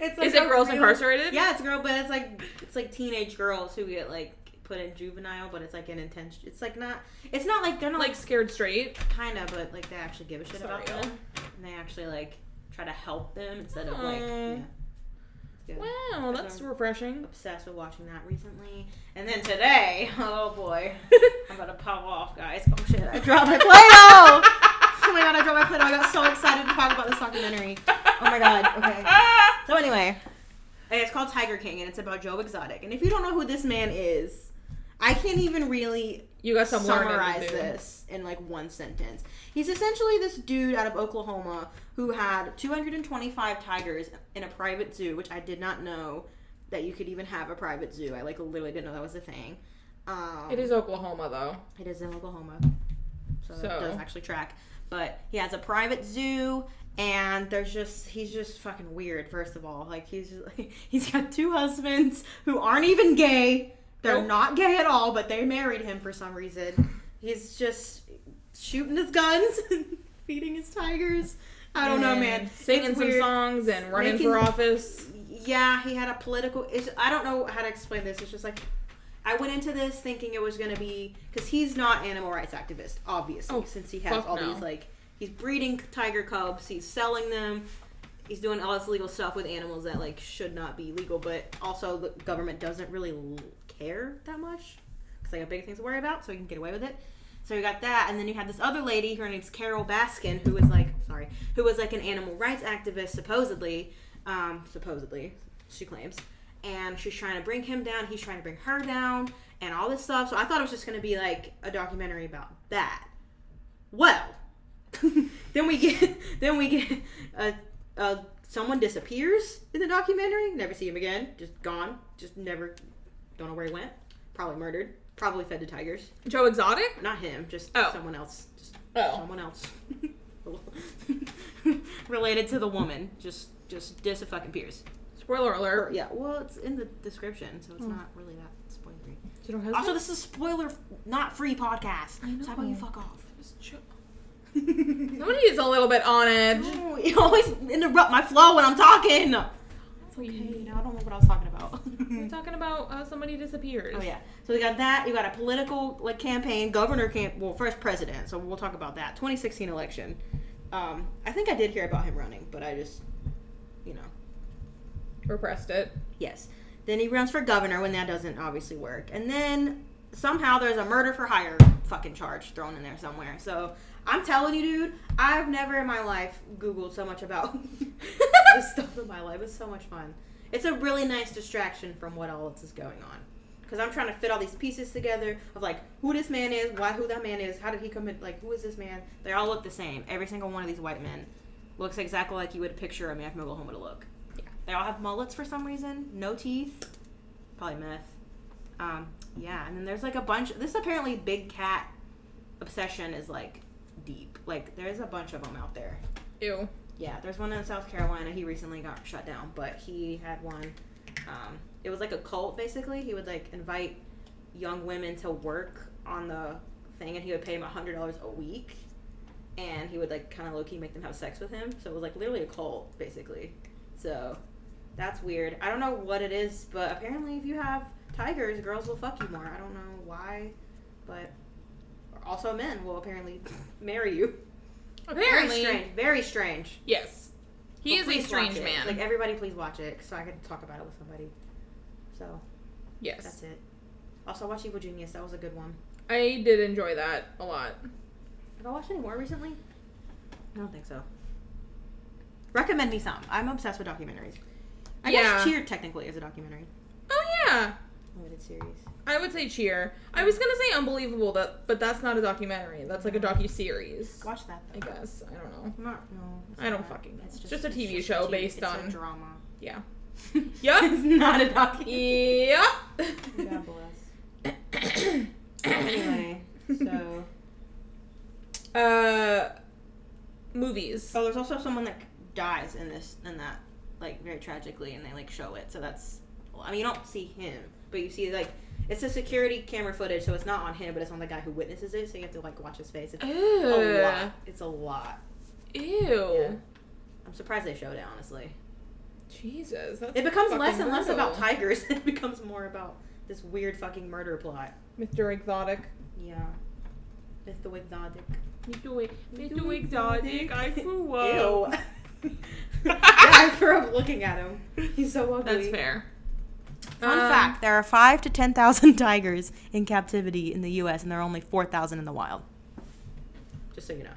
[SPEAKER 3] it's like
[SPEAKER 1] is it
[SPEAKER 3] a
[SPEAKER 1] girls
[SPEAKER 3] real-
[SPEAKER 1] incarcerated?
[SPEAKER 3] Yeah, it's a girl, but it's like it's like teenage girls who get like put in juvenile, but it's like an intense. It's like not. It's not like gonna
[SPEAKER 1] Like
[SPEAKER 3] like
[SPEAKER 1] scared straight.
[SPEAKER 3] kind of, but like they actually give a shit about
[SPEAKER 1] Sorry.
[SPEAKER 3] them, and they actually like try to help them instead of like.
[SPEAKER 1] Aw.
[SPEAKER 3] Yeah. It's good.
[SPEAKER 1] Wow, that's
[SPEAKER 3] Okay.
[SPEAKER 1] refreshing.
[SPEAKER 3] Obsessed with watching that recently, and then today, oh boy, I'm about to pop off, guys. Oh shit, I dropped my Play-Doh. oh my god, I dropped my Play-Doh. I got so excited to talk about this documentary. Oh my god. Okay. So anyway, it's called Tiger King, and it's about Joe Exotic. And if you don't know who this man is, I can't even really
[SPEAKER 1] You got some learning to
[SPEAKER 3] summarize
[SPEAKER 1] do.
[SPEAKER 3] this in like one sentence. He's essentially this dude out of Oklahoma who had 225 tigers in a private zoo, which I did not know that you could even have a private zoo. I like literally didn't know that was a thing. Um,
[SPEAKER 1] It is Oklahoma though.
[SPEAKER 3] It is in Oklahoma, so,
[SPEAKER 1] So.
[SPEAKER 3] it does actually track. But he has a private zoo, and there's just he's just fucking weird. First of all, like he's he's got two husbands who aren't even gay. They're
[SPEAKER 1] Nope.
[SPEAKER 3] not gay at all, but they married him for some reason. He's just shooting his guns, and feeding his tigers. I don't know,
[SPEAKER 1] And
[SPEAKER 3] man.
[SPEAKER 1] Singing
[SPEAKER 3] It's
[SPEAKER 1] some
[SPEAKER 3] weird.
[SPEAKER 1] songs and running
[SPEAKER 3] Making-
[SPEAKER 1] for office.
[SPEAKER 3] Yeah, he had a political. It's, I don't know how to explain this. It's just like I went into this thinking it was gonna be because he's not animal rights activist, obviously,
[SPEAKER 1] Oh,
[SPEAKER 3] since he has
[SPEAKER 1] fuck
[SPEAKER 3] all
[SPEAKER 1] no.
[SPEAKER 3] these like he's breeding tiger cubs, he's selling them, he's doing all this legal stuff with animals that like should not be legal, but also the government doesn't really l- care that much because I got bigger things to worry about, so we can get away with it. So you got that, and then you had this other lady, her name's Carol Baskin, who was like, sorry, who was like an animal rights activist, supposedly, um, supposedly, she claims, and she's trying to bring him down, he's trying to bring her down, and all this stuff. So I thought it was just gonna be like a documentary about that. Well, then we get, then we get a, a someone disappears in the documentary, never see him again, just gone, just never, don't know where he went, probably murdered, probably fed to tigers
[SPEAKER 1] Joe Exotic?
[SPEAKER 3] not him, just
[SPEAKER 1] Oh.
[SPEAKER 3] someone else. Just
[SPEAKER 1] Oh.
[SPEAKER 3] someone else. Related to the woman. Just just dis a fucking Pierce.
[SPEAKER 1] Spoiler alert.
[SPEAKER 3] Yeah, well it's in the description, so it's not really that spoilery.
[SPEAKER 1] You don't have
[SPEAKER 3] Hmm. Also, this is a spoiler not free podcast. So how about you
[SPEAKER 1] know.
[SPEAKER 3] fuck off?
[SPEAKER 1] Somebody is a little bit on edge.
[SPEAKER 3] Oh, you always interrupt my flow when I'm talking. Okay,
[SPEAKER 1] Okay.
[SPEAKER 3] now I don't know what I was talking about.
[SPEAKER 1] We're talking about uh, somebody disappears.
[SPEAKER 3] Hmm. Oh yeah. So we got that. You got a political like campaign, governor camp. Well, first president. So we'll talk about that 2016 election. Um, I think I did hear about him running, but I just, you know,
[SPEAKER 1] Repressed it.
[SPEAKER 3] yes. Then he runs for governor when that doesn't obviously work, and then somehow there's a murder for hire fucking charge thrown in there somewhere. So I'm telling you, dude, I've never in my life googled so much about this stuff in my life. It's so much fun. It's a really nice distraction from what else is going on because I'm trying to fit all these pieces together of like who this man is, why who that man is, how did he commit, like who is this man? They all look the same. Every single one of these white men looks exactly like you would picture a man from Oklahoma to look. Yeah, they all have mullets for some reason, no teeth, probably meth. Um, yeah, and then there's like a bunch. This apparently big cat obsession is like deep. Like there's a bunch of them out there.
[SPEAKER 1] Ew.
[SPEAKER 3] Yeah, there's one in South Carolina. He recently got shut down, but he had one. Um, it was like a cult, basically. He would like invite young women to work on the thing, and he would pay them hundred dollars a week, and he would like kind of low key make them have sex with him. So it was like literally a cult, basically. So that's weird. I don't know what it is, but apparently, if you have tigers, girls will fuck you more. I don't know why, but also men will apparently marry you.
[SPEAKER 1] Apparently.
[SPEAKER 3] very strange. Very strange.
[SPEAKER 1] Yes. He
[SPEAKER 3] But
[SPEAKER 1] is
[SPEAKER 3] please
[SPEAKER 1] a strange
[SPEAKER 3] watch it.
[SPEAKER 1] man.
[SPEAKER 3] Like everybody, please watch it so I can talk about it with somebody. So
[SPEAKER 1] yes.
[SPEAKER 3] that's it. Also, watch Evil Genius. That was a good one.
[SPEAKER 1] I did enjoy that a lot.
[SPEAKER 3] Have I watched any more recently? I don't think so. Recommend me some. I'm obsessed with documentaries. I
[SPEAKER 1] Yeah.
[SPEAKER 3] guess Cheer technically is a documentary.
[SPEAKER 1] Oh yeah.
[SPEAKER 3] Limited series.
[SPEAKER 1] I would say cheer. I was gonna say unbelievable, that but that's not a documentary. That's like a docu series.
[SPEAKER 3] Watch that.
[SPEAKER 1] I guess. I don't know.
[SPEAKER 3] I'm not. No. it's
[SPEAKER 1] I don't
[SPEAKER 3] not.
[SPEAKER 1] fucking know. Just a TV show
[SPEAKER 3] TV
[SPEAKER 1] based
[SPEAKER 3] it's a
[SPEAKER 1] on-
[SPEAKER 3] drama.
[SPEAKER 1] Yeah.
[SPEAKER 3] Yeah, it's not a documentary.
[SPEAKER 1] Yep.
[SPEAKER 3] God bless. anyway, so.
[SPEAKER 1] uh movies.
[SPEAKER 3] Oh, there's also someone that dies in this in that like very tragically, and they like show it. So that's I mean you don't see him, but you see like it's a security camera footage, so it's not on him, but it's on the guy who witnesses it. So you have to like watch his face. It's a
[SPEAKER 1] Ew.
[SPEAKER 3] lot. It's a lot.
[SPEAKER 1] Ew.
[SPEAKER 3] Yeah. I'm surprised they showed it honestly.
[SPEAKER 1] Jesus. That's
[SPEAKER 3] It becomes
[SPEAKER 1] fucking
[SPEAKER 3] less and less about
[SPEAKER 1] brutal.
[SPEAKER 3] tigers. it becomes more about this weird fucking murder plot.
[SPEAKER 1] Mr. Exotic.
[SPEAKER 3] Yeah. It's the exotic.
[SPEAKER 1] Mr. Ex-
[SPEAKER 3] Mr. Exotic.
[SPEAKER 1] I flew
[SPEAKER 3] Ew. yeah, I grew up looking at him. He's so ugly.
[SPEAKER 1] That's fair.
[SPEAKER 3] Fun
[SPEAKER 1] Um,
[SPEAKER 3] fact: There are five to ten thousand tigers in captivity in the U.S., and there are only four thousand in the wild. Just so you know.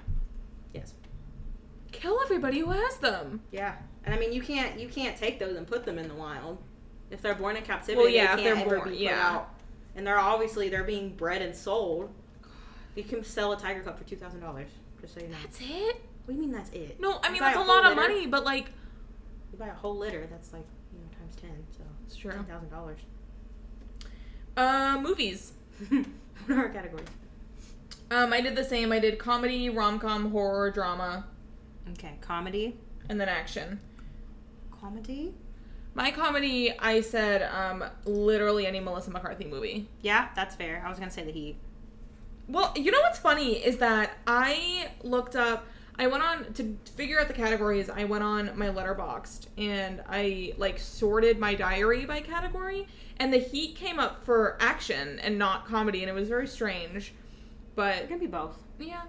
[SPEAKER 3] Yes.
[SPEAKER 1] Kill everybody who has them.
[SPEAKER 3] Yeah, and I mean you can't you can't take those and put them in the wild if they're born in captivity.
[SPEAKER 1] Well, yeah,
[SPEAKER 3] they
[SPEAKER 1] if
[SPEAKER 3] can't
[SPEAKER 1] they're
[SPEAKER 3] ever
[SPEAKER 1] born-
[SPEAKER 3] be put
[SPEAKER 1] yeah.
[SPEAKER 3] out. and they're obviously they're being bred and sold. You can sell a tiger cub for two thousand dollars. Just so you know.
[SPEAKER 1] That's it?
[SPEAKER 3] What do you mean that's it?
[SPEAKER 1] No, I
[SPEAKER 3] You
[SPEAKER 1] mean
[SPEAKER 3] buy
[SPEAKER 1] that's a
[SPEAKER 3] whole
[SPEAKER 1] lot of
[SPEAKER 3] litter-
[SPEAKER 1] money, but like
[SPEAKER 3] You buy a whole litter. That's like you know times ten. So
[SPEAKER 1] it's true.
[SPEAKER 3] ten thousand dollars.
[SPEAKER 1] Uh, movies.
[SPEAKER 3] what are our categories?
[SPEAKER 1] Um, I did the same. I did comedy, rom com, horror, drama,
[SPEAKER 3] Okay, comedy.
[SPEAKER 1] and then action.
[SPEAKER 3] Comedy.
[SPEAKER 1] My comedy, I said um, literally any Melissa McCarthy movie.
[SPEAKER 3] Yeah, that's fair. I was gonna say the heat.
[SPEAKER 1] Well, you know what's funny is that I looked up. I went on to figure out the categories. I went on my letterboxed and I like sorted my diary by category, and the heat came up for action and not comedy, and it was very strange.
[SPEAKER 3] It
[SPEAKER 1] But
[SPEAKER 3] can be both.
[SPEAKER 1] yeah,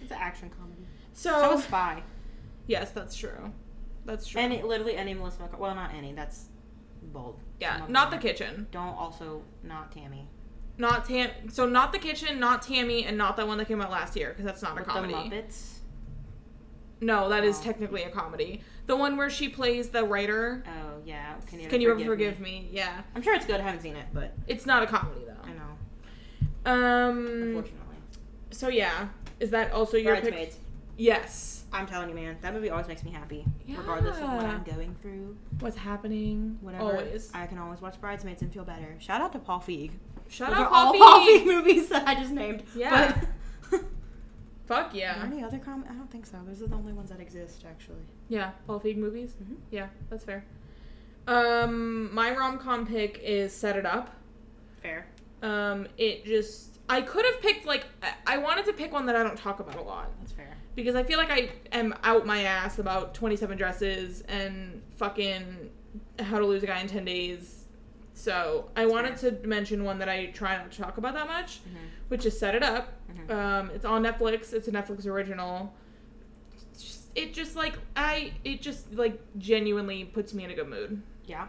[SPEAKER 3] It's an action comedy. So
[SPEAKER 1] so
[SPEAKER 3] is spy.
[SPEAKER 1] yes, that's true. That's true.
[SPEAKER 3] Any, literally any Melissa McCarthy. Well, not any. That's bold. Some
[SPEAKER 1] yeah,
[SPEAKER 3] of
[SPEAKER 1] not the
[SPEAKER 3] them.
[SPEAKER 1] kitchen,
[SPEAKER 3] Don't also not Tammy.
[SPEAKER 1] not Tam. So not the kitchen, not Tammy, and not that one that came out last year because that's not
[SPEAKER 3] With
[SPEAKER 1] a comedy.
[SPEAKER 3] the Muppets.
[SPEAKER 1] No, that is
[SPEAKER 3] Oh.
[SPEAKER 1] technically a comedy. The one where she plays the writer.
[SPEAKER 3] Oh yeah. Can you,
[SPEAKER 1] Can you
[SPEAKER 3] ever
[SPEAKER 1] ever forgive me? Yeah.
[SPEAKER 3] I'm sure it's good. I haven't seen it, but
[SPEAKER 1] It's not a comedy
[SPEAKER 3] I
[SPEAKER 1] though.
[SPEAKER 3] know. Mm.
[SPEAKER 1] Um
[SPEAKER 3] Unfortunately.
[SPEAKER 1] so yeah. Is that also your pick?
[SPEAKER 3] Bridesmaids.
[SPEAKER 1] Yes.
[SPEAKER 3] I'm telling you, man, that movie always makes me happy,
[SPEAKER 1] Yeah.
[SPEAKER 3] regardless of what I'm going through.
[SPEAKER 1] What's happening?
[SPEAKER 3] Whatever.
[SPEAKER 1] Always.
[SPEAKER 3] I can always watch Bridesmaids and feel better. Shout out to Paul Feig.
[SPEAKER 1] Shut
[SPEAKER 3] Those
[SPEAKER 1] up,
[SPEAKER 3] are all
[SPEAKER 1] Poppy.
[SPEAKER 3] Paul Feig movies that I just named.
[SPEAKER 1] Yeah.
[SPEAKER 3] But
[SPEAKER 1] Fuck
[SPEAKER 3] Are there
[SPEAKER 1] yeah.
[SPEAKER 3] any other com? I don't think so. Those are the only ones that exist, actually.
[SPEAKER 1] Yeah. Paul Feig movies.
[SPEAKER 3] Mhm.
[SPEAKER 1] Yeah, that's fair. Um, my rom com pick is Set It Up.
[SPEAKER 3] Fair.
[SPEAKER 1] Um, it just I could have picked like I- I wanted to pick one that I don't talk about a lot.
[SPEAKER 3] That's fair.
[SPEAKER 1] because I feel like I am out my ass about 27 dresses and fucking how to lose a guy in 10 days. So I wanted to mention one that I try not to talk about that much,
[SPEAKER 3] Mm-hmm.
[SPEAKER 1] which is Set It Up.
[SPEAKER 3] Mhm.
[SPEAKER 1] Um, it's on Netflix. It's a Netflix original. It's just- It just like I it just like genuinely puts me in a good mood.
[SPEAKER 3] Yeah.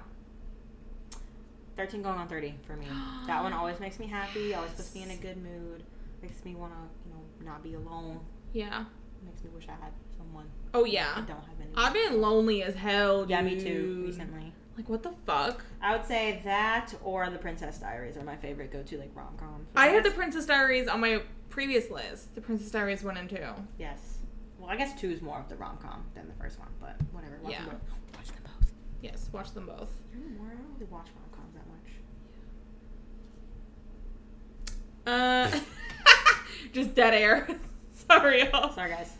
[SPEAKER 3] 13 going on 30 for me. that one always makes me happy, always puts me in a good mood, makes me want to, you know, not be alone,
[SPEAKER 1] Yeah.
[SPEAKER 3] makes me wish I had someone.
[SPEAKER 1] Oh
[SPEAKER 3] I
[SPEAKER 1] yeah.
[SPEAKER 3] don't have anyone.
[SPEAKER 1] I've been lonely as hell. Dude.
[SPEAKER 3] yeah, me too, recently.
[SPEAKER 1] Like what the fuck?
[SPEAKER 3] I would say that or The Princess Diaries are my favorite go to, like, rom coms.
[SPEAKER 1] I had the Princess Diaries on my previous list. The Princess Diaries one and two.
[SPEAKER 3] Yes. Well, I guess two is more of the rom com than the first one, but whatever. Watch
[SPEAKER 1] Yeah.
[SPEAKER 3] them both. Watch them both.
[SPEAKER 1] Yes, watch them both.
[SPEAKER 3] You're more. I don't really watch rom coms that much.
[SPEAKER 1] Uh, just dead air. Sorry, y'all.
[SPEAKER 3] Sorry, guys.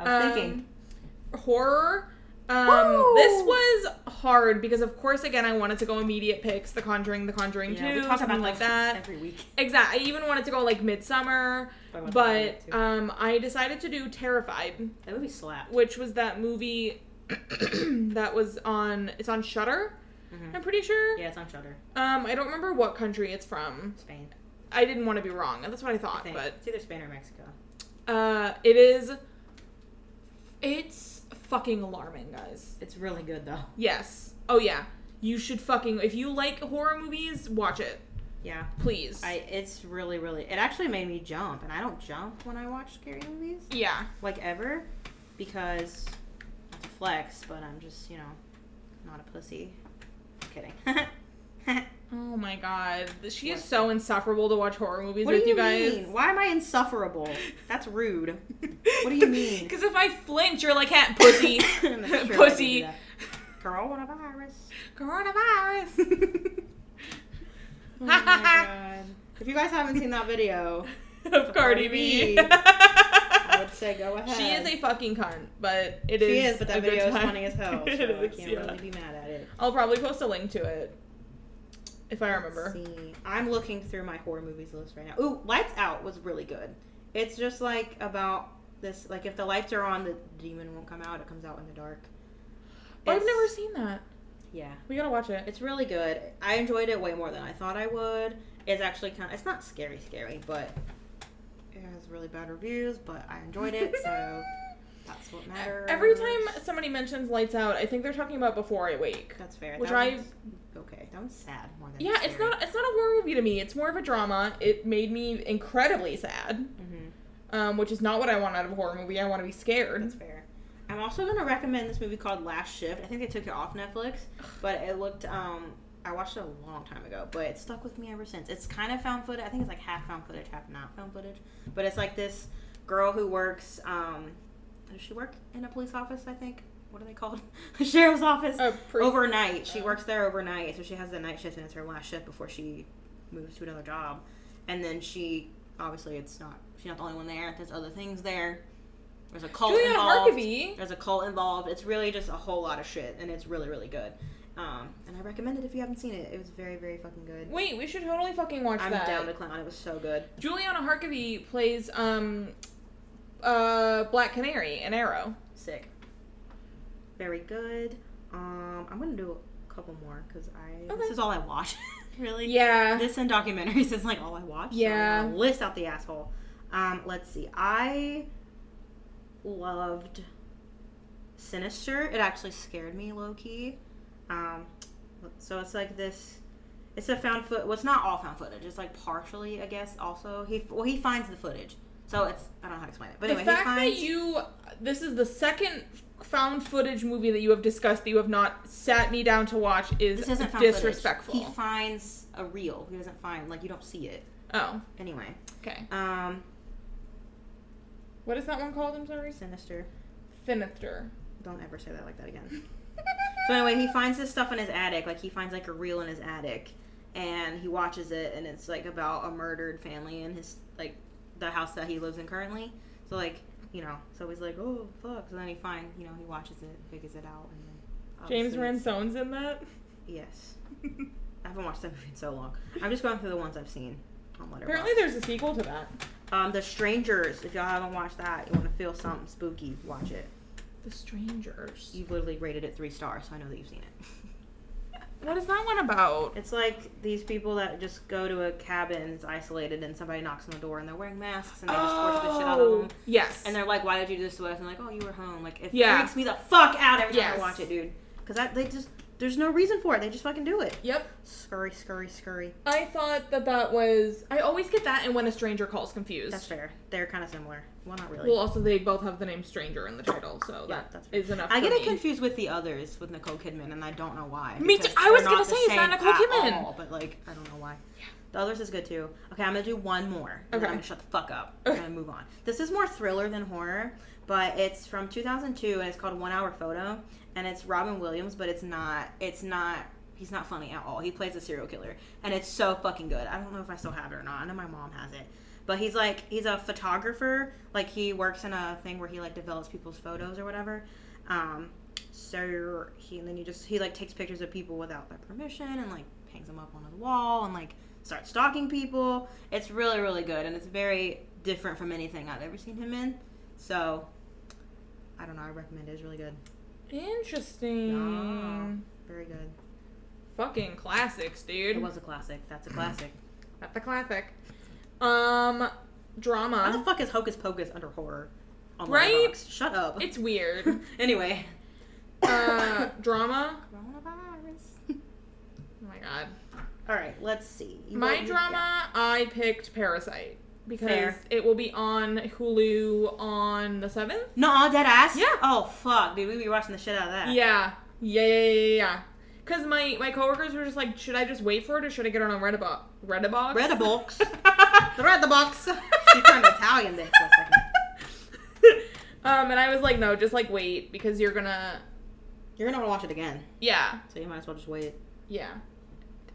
[SPEAKER 3] I was
[SPEAKER 1] Um,
[SPEAKER 3] thinking.
[SPEAKER 1] Horror. Um,
[SPEAKER 3] Woo!
[SPEAKER 1] this was hard because, of course, again, I wanted to go immediate picks: The Conjuring, The Conjuring
[SPEAKER 3] Yeah,
[SPEAKER 1] Two,
[SPEAKER 3] we talk about
[SPEAKER 1] something like that.
[SPEAKER 3] every week.
[SPEAKER 1] Exact. I even wanted to go like Midsummer,
[SPEAKER 3] what's
[SPEAKER 1] but
[SPEAKER 3] that?
[SPEAKER 1] um, I decided to do Terrified,
[SPEAKER 3] that movie slapped.
[SPEAKER 1] which was that movie that was on. It's on Shutter.
[SPEAKER 3] Mhm.
[SPEAKER 1] I'm pretty sure.
[SPEAKER 3] Yeah, it's on Shutter,
[SPEAKER 1] Um, I don't remember what country it's from.
[SPEAKER 3] Spain.
[SPEAKER 1] I didn't want to be wrong. That's what I
[SPEAKER 3] I
[SPEAKER 1] thought,
[SPEAKER 3] think.
[SPEAKER 1] but
[SPEAKER 3] it's either Spain or Mexico.
[SPEAKER 1] Uh, it is. It's fucking alarming, guys.
[SPEAKER 3] It's really good though.
[SPEAKER 1] Yes. Oh yeah. You should fucking if you like horror movies, watch it,
[SPEAKER 3] Yeah,
[SPEAKER 1] please.
[SPEAKER 3] I. It's really, really. It actually made me jump, and I don't jump when I watch scary movies,
[SPEAKER 1] yeah.
[SPEAKER 3] like ever, because it's a flex. But I'm just, you know, not a pussy. kidding.
[SPEAKER 1] Oh my god, she is
[SPEAKER 3] What?
[SPEAKER 1] so insufferable to watch horror movies
[SPEAKER 3] what do
[SPEAKER 1] with
[SPEAKER 3] you,
[SPEAKER 1] you, guys.
[SPEAKER 3] mean? Why am I insufferable? That's rude. What do you mean?
[SPEAKER 1] Because if I flinch, you're like, "Hat pussy,
[SPEAKER 3] That's true, I do
[SPEAKER 1] pussy,
[SPEAKER 3] that. Coronavirus.
[SPEAKER 1] coronavirus."
[SPEAKER 3] Oh my God. If you guys haven't seen that video,
[SPEAKER 1] of Cardi
[SPEAKER 3] Cardi
[SPEAKER 1] B.
[SPEAKER 3] B. I would say go ahead.
[SPEAKER 1] she is a fucking cunt, but it is.
[SPEAKER 3] She is,
[SPEAKER 1] a
[SPEAKER 3] but that
[SPEAKER 1] good
[SPEAKER 3] video is
[SPEAKER 1] time.
[SPEAKER 3] funny as hell. So
[SPEAKER 1] It
[SPEAKER 3] I
[SPEAKER 1] is,
[SPEAKER 3] can't
[SPEAKER 1] yeah.
[SPEAKER 3] really be mad at it.
[SPEAKER 1] I'll probably post a link to it if I
[SPEAKER 3] Let's
[SPEAKER 1] remember.
[SPEAKER 3] see. I'm looking through my horror movies list right now. Ooh, Lights Out was really good. It's just like about this like if the lights are on, the demon won't come out. It comes out in the dark.
[SPEAKER 1] Oh, I've
[SPEAKER 3] It's-
[SPEAKER 1] never seen that.
[SPEAKER 3] Yeah.
[SPEAKER 1] We gotta watch it.
[SPEAKER 3] It's really good. I enjoyed it way more than I thought I would. It's actually kind of, it's not scary, scary, but it has really bad reviews, but I enjoyed it, so that's what matters.
[SPEAKER 1] Every time somebody mentions Lights Out, I think they're talking about Before I Wake.
[SPEAKER 3] That's fair.
[SPEAKER 1] Which
[SPEAKER 3] that
[SPEAKER 1] I-
[SPEAKER 3] one's- Okay, that one's sad more than
[SPEAKER 1] Yeah, it's not it's not a horror movie to me. It's more of a drama. It made me incredibly sad,
[SPEAKER 3] Mm-hmm.
[SPEAKER 1] um, which is not what I want out of a horror movie. I want to be scared.
[SPEAKER 3] That's fair. I'm also gonna recommend this movie called Last Shift. I think they took it off Netflix, but it looked um I watched it a long time ago, but it stuck with me ever since. It's kind of found footage. I think it's like half found footage, half not found footage. But it's like this girl who works. Um, does she work in a police office? I think. What are they called? A sheriff's office.
[SPEAKER 1] A pre- Oh.
[SPEAKER 3] overnight. She works there overnight, so she has the night shift, and it's her last shift before she moves to another job. And then she obviously it's not she's not the only one there. There's other things there. There's a cult
[SPEAKER 1] Julia
[SPEAKER 3] involved.
[SPEAKER 1] Harkavy.
[SPEAKER 3] There's a cult involved. It's really just a whole lot of shit, and it's really really good. Um, and I recommend it if you haven't seen it. It was very very fucking good.
[SPEAKER 1] Wait, we should totally fucking watch
[SPEAKER 3] I'm
[SPEAKER 1] that.
[SPEAKER 3] down to clown. It was so good.
[SPEAKER 1] Juliana Harkavy plays um uh Black Canary in Arrow.
[SPEAKER 3] Sick. Very good. Um, I'm gonna do a couple more because I
[SPEAKER 1] Okay.
[SPEAKER 3] this is all I watch. really.
[SPEAKER 1] Yeah.
[SPEAKER 3] This and documentaries is like all I watch. so I'm
[SPEAKER 1] Uh. Yeah.
[SPEAKER 3] gonna list out the asshole. Um, let's see. I loved Sinister. It actually scared me low key. Um, so it's like this. It's a found foot. Well, it's not all found footage. It's like partially, I guess. Also, he well he finds the footage. So it's I don't know how to explain it. But
[SPEAKER 1] the
[SPEAKER 3] anyway,
[SPEAKER 1] fact
[SPEAKER 3] he finds,
[SPEAKER 1] that you this is the second found footage movie that you have discussed that you have not sat me down to watch is
[SPEAKER 3] this isn't found footage.
[SPEAKER 1] disrespectful.
[SPEAKER 3] He finds a reel. He doesn't find like you don't see it.
[SPEAKER 1] oh,
[SPEAKER 3] Anyway,
[SPEAKER 1] okay.
[SPEAKER 3] um,
[SPEAKER 1] What is that one called? I'm sorry.
[SPEAKER 3] sinister.
[SPEAKER 1] Sinister.
[SPEAKER 3] Don't ever say that like that again. So anyway, he finds this stuff in his attic. Like he finds like a reel in his attic, and he watches it, and it's like about a murdered family in his like the house that he lives in currently. So like you know, so he's like, oh fuck. So then he finds you know he watches it, figures it out, and then
[SPEAKER 1] James
[SPEAKER 3] obviously it's-
[SPEAKER 1] Ransone's in that.
[SPEAKER 3] Yes, I haven't watched that movie in so long. I'm just going through the ones I've seen on Letterboxd.
[SPEAKER 1] Apparently, there's a sequel to that.
[SPEAKER 3] um, The Strangers. If y'all haven't watched that, you want to feel something spooky, watch it.
[SPEAKER 1] The Strangers.
[SPEAKER 3] You've literally rated it three stars, so I know that you've seen it.
[SPEAKER 1] What is that one about?
[SPEAKER 3] It's like these people that just go to a cabin that's isolated and somebody knocks on the door and they're wearing masks and they just torture the shit out of them.
[SPEAKER 1] Oh, Yes.
[SPEAKER 3] And they're like, why did you do this to us? And like, oh, you were home. Like, it
[SPEAKER 1] Yeah.
[SPEAKER 3] freaks me the fuck out every time
[SPEAKER 1] Yes.
[SPEAKER 3] I watch it, dude. Because they just, there's no reason for it. They just fucking do it.
[SPEAKER 1] yep.
[SPEAKER 3] Scurry, scurry, scurry.
[SPEAKER 1] I thought that that was. I always get that and when a stranger calls confused.
[SPEAKER 3] That's fair. They're kind of similar. Well, not really.
[SPEAKER 1] Well, also they both have the name stranger in the title, so
[SPEAKER 3] Yeah,
[SPEAKER 1] that
[SPEAKER 3] that's fair.
[SPEAKER 1] is enough.
[SPEAKER 3] I
[SPEAKER 1] for
[SPEAKER 3] get
[SPEAKER 1] me.
[SPEAKER 3] it confused with the others with Nicole Kidman, and I don't know why.
[SPEAKER 1] Me
[SPEAKER 3] because
[SPEAKER 1] too. I was
[SPEAKER 3] they're
[SPEAKER 1] gonna
[SPEAKER 3] not the
[SPEAKER 1] say, is that
[SPEAKER 3] same
[SPEAKER 1] Nicole
[SPEAKER 3] at
[SPEAKER 1] Kidman?
[SPEAKER 3] all, but like, I don't know why. The others is good too. Okay, I'm gonna do one more. And
[SPEAKER 1] Okay.
[SPEAKER 3] then I'm gonna shut the fuck up.
[SPEAKER 1] Okay.
[SPEAKER 3] I'm gonna move on. This is more thriller than horror, but it's from 2002 and it's called One Hour Photo, and it's Robin Williams, but it's not. It's not. He's not funny at all. He plays a serial killer, and it's so fucking good. I don't know if I still have it or not. I know my mom has it, but he's like he's a photographer. Like he works in a thing where he like develops people's photos or whatever. Um, so he and then he just he like takes pictures of people without their permission and like hangs them up onto the wall and like starts stalking people. It's really really good and it's very different from anything I've ever seen him in. So I don't know. I recommend it. It's really good.
[SPEAKER 1] Interesting.
[SPEAKER 3] Very good.
[SPEAKER 1] Fucking classics, dude.
[SPEAKER 3] It was a classic. That's a classic.
[SPEAKER 1] That's a classic. Um,
[SPEAKER 3] How the
[SPEAKER 1] drama.
[SPEAKER 3] fuck is Hocus Pocus under horror? On
[SPEAKER 1] Right?
[SPEAKER 3] Letterboxd? Shut up.
[SPEAKER 1] It's weird.
[SPEAKER 3] anyway.
[SPEAKER 1] uh, drama.
[SPEAKER 3] Coronavirus.
[SPEAKER 1] Oh my god.
[SPEAKER 3] All right. Let's see. You
[SPEAKER 1] My
[SPEAKER 3] want- you- yeah.
[SPEAKER 1] drama. I picked Parasite because
[SPEAKER 3] Fair.
[SPEAKER 1] it will be on Hulu on the seventh.
[SPEAKER 3] No, dead ass.
[SPEAKER 1] Yeah.
[SPEAKER 3] Oh fuck, dude. We be watching the shit out of that.
[SPEAKER 1] Yeah. Yeah, yeah, yeah, yeah, yeah. Cause my my coworkers were just like, should I just wait for it or should I get it on Redbox? Redbox.
[SPEAKER 3] Read a box.
[SPEAKER 1] Redbox.
[SPEAKER 3] Read the box. she turned Italian there for a second.
[SPEAKER 1] um, and I was like, no, just like wait because you're gonna,
[SPEAKER 3] You're gonna want to watch it again,
[SPEAKER 1] yeah,
[SPEAKER 3] so you might as well just wait.
[SPEAKER 1] yeah.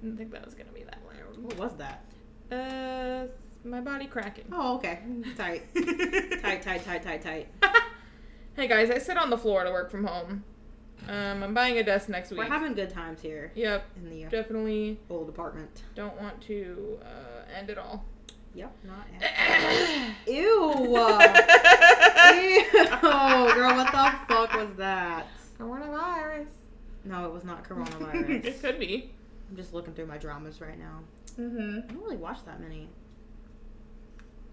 [SPEAKER 1] Didn't think that was gonna be that loud.
[SPEAKER 3] What was that?
[SPEAKER 1] Uh, my body cracking.
[SPEAKER 3] Oh, okay. Tight. tight, tight, tight, tight, tight.
[SPEAKER 1] hey guys, I sit on the floor to work from home. Um, I'm buying a desk next week.
[SPEAKER 3] We're having good times here
[SPEAKER 1] yep,
[SPEAKER 3] in the uh,
[SPEAKER 1] definitely
[SPEAKER 3] old apartment.
[SPEAKER 1] don't want to uh, end it all.
[SPEAKER 3] Yep. Not Ew. Ew. Girl, what the fuck was that?
[SPEAKER 1] Coronavirus.
[SPEAKER 3] No, it was not
[SPEAKER 1] it
[SPEAKER 3] coronavirus.
[SPEAKER 1] could be.
[SPEAKER 3] I'm just looking through my dramas right now.
[SPEAKER 1] Mm-hmm.
[SPEAKER 3] I don't really watch that many.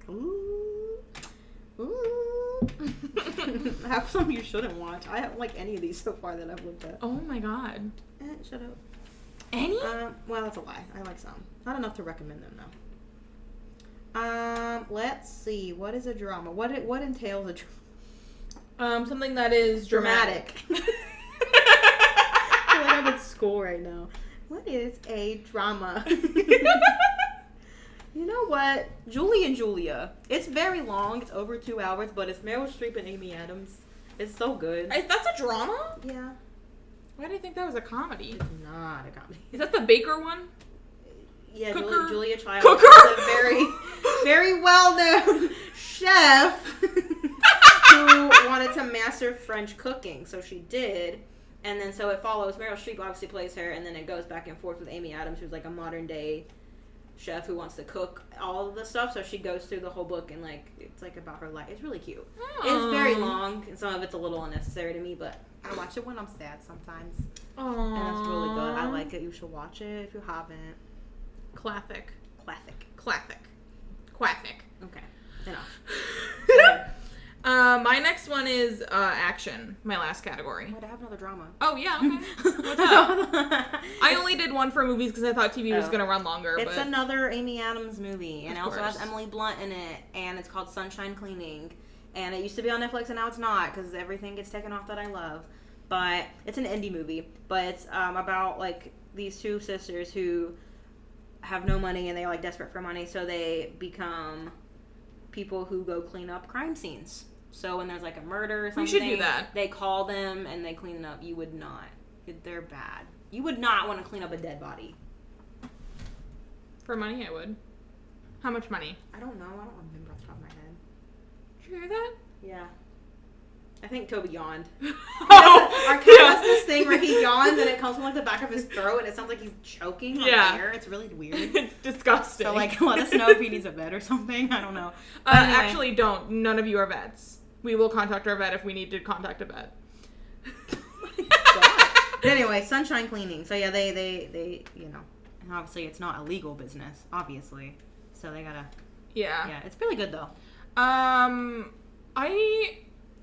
[SPEAKER 3] Ooh. Ooh. Have some you shouldn't watch. I haven't liked any of these so far that I've looked at.
[SPEAKER 1] Oh my god.
[SPEAKER 3] Eh, shut up.
[SPEAKER 1] Any?
[SPEAKER 3] Um, well, that's a lie. I like some. Not enough to recommend them though. Um, let's see. What is a drama? What it, what entails a dr-
[SPEAKER 1] Um, something that is dramatic.
[SPEAKER 3] dramatic? I feel like I'm in school right now. What is a drama? You know what? Julie and Julia. It's very long. It's over two hours, but it's Meryl Streep and Amy Adams. It's so good.
[SPEAKER 1] I, that's a drama?
[SPEAKER 3] yeah.
[SPEAKER 1] Why did I think that was a comedy?
[SPEAKER 3] It's not a comedy.
[SPEAKER 1] Is that the Baker one?
[SPEAKER 3] Yeah,
[SPEAKER 1] Cooker.
[SPEAKER 3] Julia, Julia Child
[SPEAKER 1] Cooker?
[SPEAKER 3] is a very, very well-known chef who wanted to master French cooking, so she did. And then so it follows. Meryl Streep obviously plays her, and then it goes back and forth with Amy Adams, who's like a modern-day chef who wants to cook all of the stuff. So she goes through the whole book and like it's like about her life. It's really cute. It's very long, and some of it's a little unnecessary to me, but I watch it when I'm sad sometimes,
[SPEAKER 1] Aww.
[SPEAKER 3] and it's really good. I like it. You should watch it if you haven't.
[SPEAKER 1] Classic.
[SPEAKER 3] Classic.
[SPEAKER 1] Classic. Classic.
[SPEAKER 3] Okay. Enough.
[SPEAKER 1] uh, my next one is uh, action, my last category.
[SPEAKER 3] Wait, I have another drama.
[SPEAKER 1] Oh, yeah, okay. What's up? I
[SPEAKER 3] I
[SPEAKER 1] only did one for movies because I thought TV was
[SPEAKER 3] Oh.
[SPEAKER 1] going to run longer.
[SPEAKER 3] It's
[SPEAKER 1] but
[SPEAKER 3] another Amy Adams movie, and it
[SPEAKER 1] Of
[SPEAKER 3] also has
[SPEAKER 1] course.
[SPEAKER 3] Emily Blunt in it, and it's called Sunshine Cleaning. And it used to be on Netflix, and now it's not because everything gets taken off that I love. But it's an indie movie, but it's um, about like these two sisters who have no money and they're like desperate for money, so they become people who go clean up crime scenes. So when there's like a murder or something,
[SPEAKER 1] We should do that.
[SPEAKER 3] They call them and they clean it up. You would not. They're bad. You would not want to clean up a dead body.
[SPEAKER 1] for money, I would. How much money?
[SPEAKER 3] I don't know. I don't remember off the top of my head.
[SPEAKER 1] Did you hear that?
[SPEAKER 3] Yeah. I think Toby yawned.
[SPEAKER 1] oh,
[SPEAKER 3] Our cat has
[SPEAKER 1] yeah.
[SPEAKER 3] this thing where he yawns and it comes from like the back of his throat and it sounds like he's choking on
[SPEAKER 1] Yeah.
[SPEAKER 3] air. It's really weird.
[SPEAKER 1] it's disgusting.
[SPEAKER 3] So like, let us know if he needs a bed or something. I don't know.
[SPEAKER 1] Uh,
[SPEAKER 3] Anyway.
[SPEAKER 1] Actually, don't. None of you are vets. We will contact our vet if we need to contact a vet.
[SPEAKER 3] Oh But anyway, sunshine cleaning. So yeah, they they they you know, and obviously it's not a legal business, obviously. So they gotta.
[SPEAKER 1] yeah.
[SPEAKER 3] Yeah, it's really good though.
[SPEAKER 1] Um, I.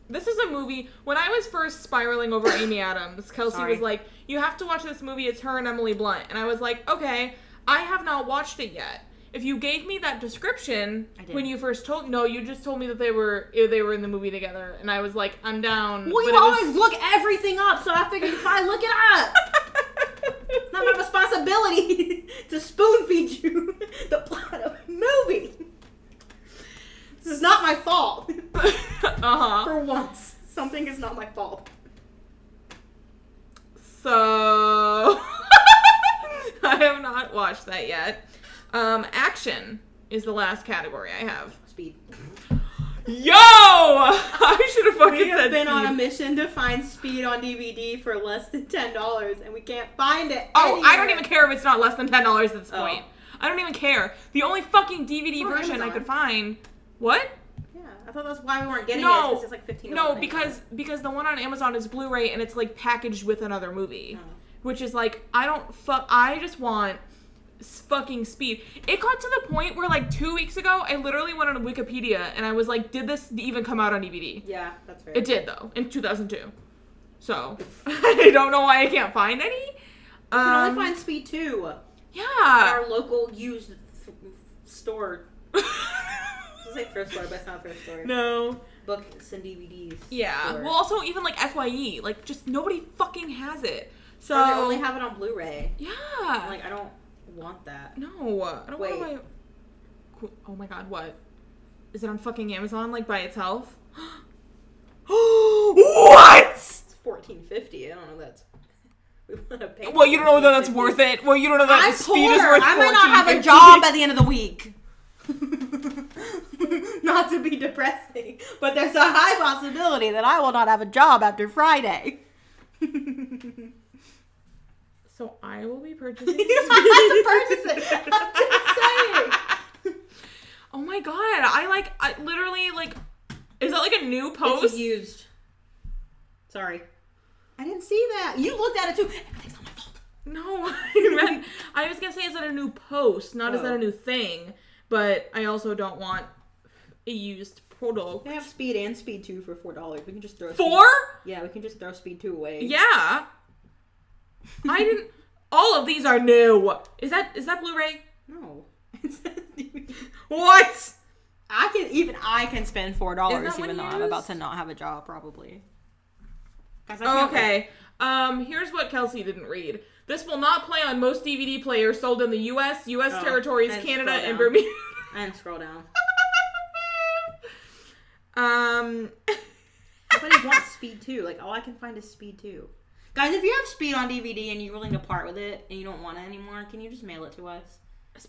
[SPEAKER 1] This is a movie. When I was first spiraling over Amy Adams, Kelsey
[SPEAKER 3] Sorry.
[SPEAKER 1] was like, "You have to watch this movie. It's her and Emily Blunt." And I was like, "Okay, I have not watched it yet." If you gave me that description
[SPEAKER 3] I did.
[SPEAKER 1] when you first told, no, you just told me that they were eh, they were in the movie together, and I was like, "I'm down."
[SPEAKER 3] Well,
[SPEAKER 1] but
[SPEAKER 3] you
[SPEAKER 1] it was-
[SPEAKER 3] always look everything up, so I figured if I look it up. Not my responsibility to spoon feed you the plot of a movie. This is not my fault.
[SPEAKER 1] uh huh.
[SPEAKER 3] For once, something is not my fault.
[SPEAKER 1] So I have not watched that yet. Um, action is the last category I have.
[SPEAKER 3] Speed.
[SPEAKER 1] Yo! I should have fucking
[SPEAKER 3] We have
[SPEAKER 1] said
[SPEAKER 3] been on a
[SPEAKER 1] speed.
[SPEAKER 3] mission to find Speed on DVD for less than ten dollars, and we can't find it.
[SPEAKER 1] Oh, I don't
[SPEAKER 3] anywhere.
[SPEAKER 1] even care if it's not less than ten dollars at this
[SPEAKER 3] Oh.
[SPEAKER 1] point. I don't even care. The only fucking DVD
[SPEAKER 3] on
[SPEAKER 1] version I
[SPEAKER 3] Amazon.
[SPEAKER 1] could find. What?
[SPEAKER 3] Yeah, I thought that's why we weren't getting it.
[SPEAKER 1] No.
[SPEAKER 3] Because it's like fifteen.
[SPEAKER 1] No, because because the one on Amazon is Blu-ray and it's like packaged with another movie,
[SPEAKER 3] Oh.
[SPEAKER 1] which is like I don't fuck. I just want s- fucking speed. It got to the point where like two weeks ago, I literally went on Wikipedia and I was like, did this even come out on DVD?
[SPEAKER 3] Yeah, that's fair.
[SPEAKER 1] It did though in 2002. So I don't know why I can't find any. Um, uh,
[SPEAKER 3] We can only find Speed Two.
[SPEAKER 1] yeah.
[SPEAKER 3] Our local used th- store. I was gonna say thrift store, but it's not a thrift store.
[SPEAKER 1] no.
[SPEAKER 3] books and DVDs.
[SPEAKER 1] Yeah.
[SPEAKER 3] Or-
[SPEAKER 1] Well, also even like Fye, like just nobody fucking has it. So
[SPEAKER 3] Or they only have it on Blu-ray.
[SPEAKER 1] yeah.
[SPEAKER 3] I'm Like I don't want that.
[SPEAKER 1] No, I don't
[SPEAKER 3] Oh Wait.
[SPEAKER 1] want my. Qu- Oh my god, what? Is it on fucking Amazon like by itself? what?
[SPEAKER 3] It's fourteen fifty. I don't know that's. We want to pay.
[SPEAKER 1] Well, you don't know whether that's worth it. Well, you don't know that
[SPEAKER 3] I'm
[SPEAKER 1] speed
[SPEAKER 3] poor.
[SPEAKER 1] is worth.
[SPEAKER 3] I might not have a
[SPEAKER 1] $14.50.
[SPEAKER 3] job at the end of the week. not to be depressing, but there's a high possibility that I will not have a job after Friday.
[SPEAKER 1] So I will be purchasing.
[SPEAKER 3] You have to purchase it. I'm just saying.
[SPEAKER 1] oh my god, I like I literally like. Is that like a new post?
[SPEAKER 3] It's used. Sorry. I didn't see that. You looked at it too. Everything's not my fault.
[SPEAKER 1] No, I meant I was gonna say is that a new post, not is that a
[SPEAKER 3] Oh.
[SPEAKER 1] new thing, but I also don't want a used product.
[SPEAKER 3] They have speed and speed two for four dollars. We can just throw
[SPEAKER 1] Four?
[SPEAKER 3] Speed, yeah, we can just throw speed two away.
[SPEAKER 1] Yeah. I didn't all of these are new. Is that is that Blu-ray?
[SPEAKER 3] No.
[SPEAKER 1] What?
[SPEAKER 3] I can even I can spend four
[SPEAKER 1] Is
[SPEAKER 3] dollars
[SPEAKER 1] that one
[SPEAKER 3] even though I'm about
[SPEAKER 1] used?
[SPEAKER 3] to not have a job probably. Guys, I can't
[SPEAKER 1] Okay. Um here's what Kelsey didn't read. This will not play on most DVD players sold in the U.S., U.S.
[SPEAKER 3] Oh,
[SPEAKER 1] territories,
[SPEAKER 3] and
[SPEAKER 1] Canada,
[SPEAKER 3] scroll
[SPEAKER 1] and
[SPEAKER 3] down.
[SPEAKER 1] Bermuda.
[SPEAKER 3] And scroll down.
[SPEAKER 1] um,
[SPEAKER 3] Nobody wants Speed 2. Like, all I can find is Speed 2. Guys, if you have Speed on DVD and you're willing to part with it and you don't want it anymore, can you just mail it to us?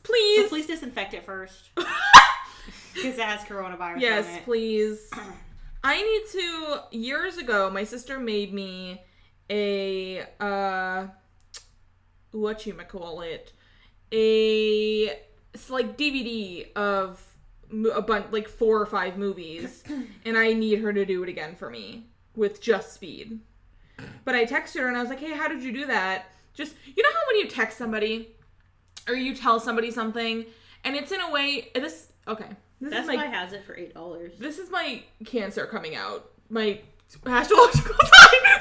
[SPEAKER 1] please,
[SPEAKER 3] But please disinfect it first. Because it has coronavirus on
[SPEAKER 1] yes,
[SPEAKER 3] it.
[SPEAKER 1] please. I need to. Years ago, my sister made me a uh, what you call it, a it's like DVD of mo- a bunch like four or five movies, and I need her to do it again for me with just speed. But I texted her and I was like, "Hey, how did you do that?" Just you know how when you text somebody or you tell somebody something, and it's in a way this okay. This
[SPEAKER 3] Best
[SPEAKER 1] is my
[SPEAKER 3] Buy has it for $8. What
[SPEAKER 1] this is my cancer coming out. My astrological sign. My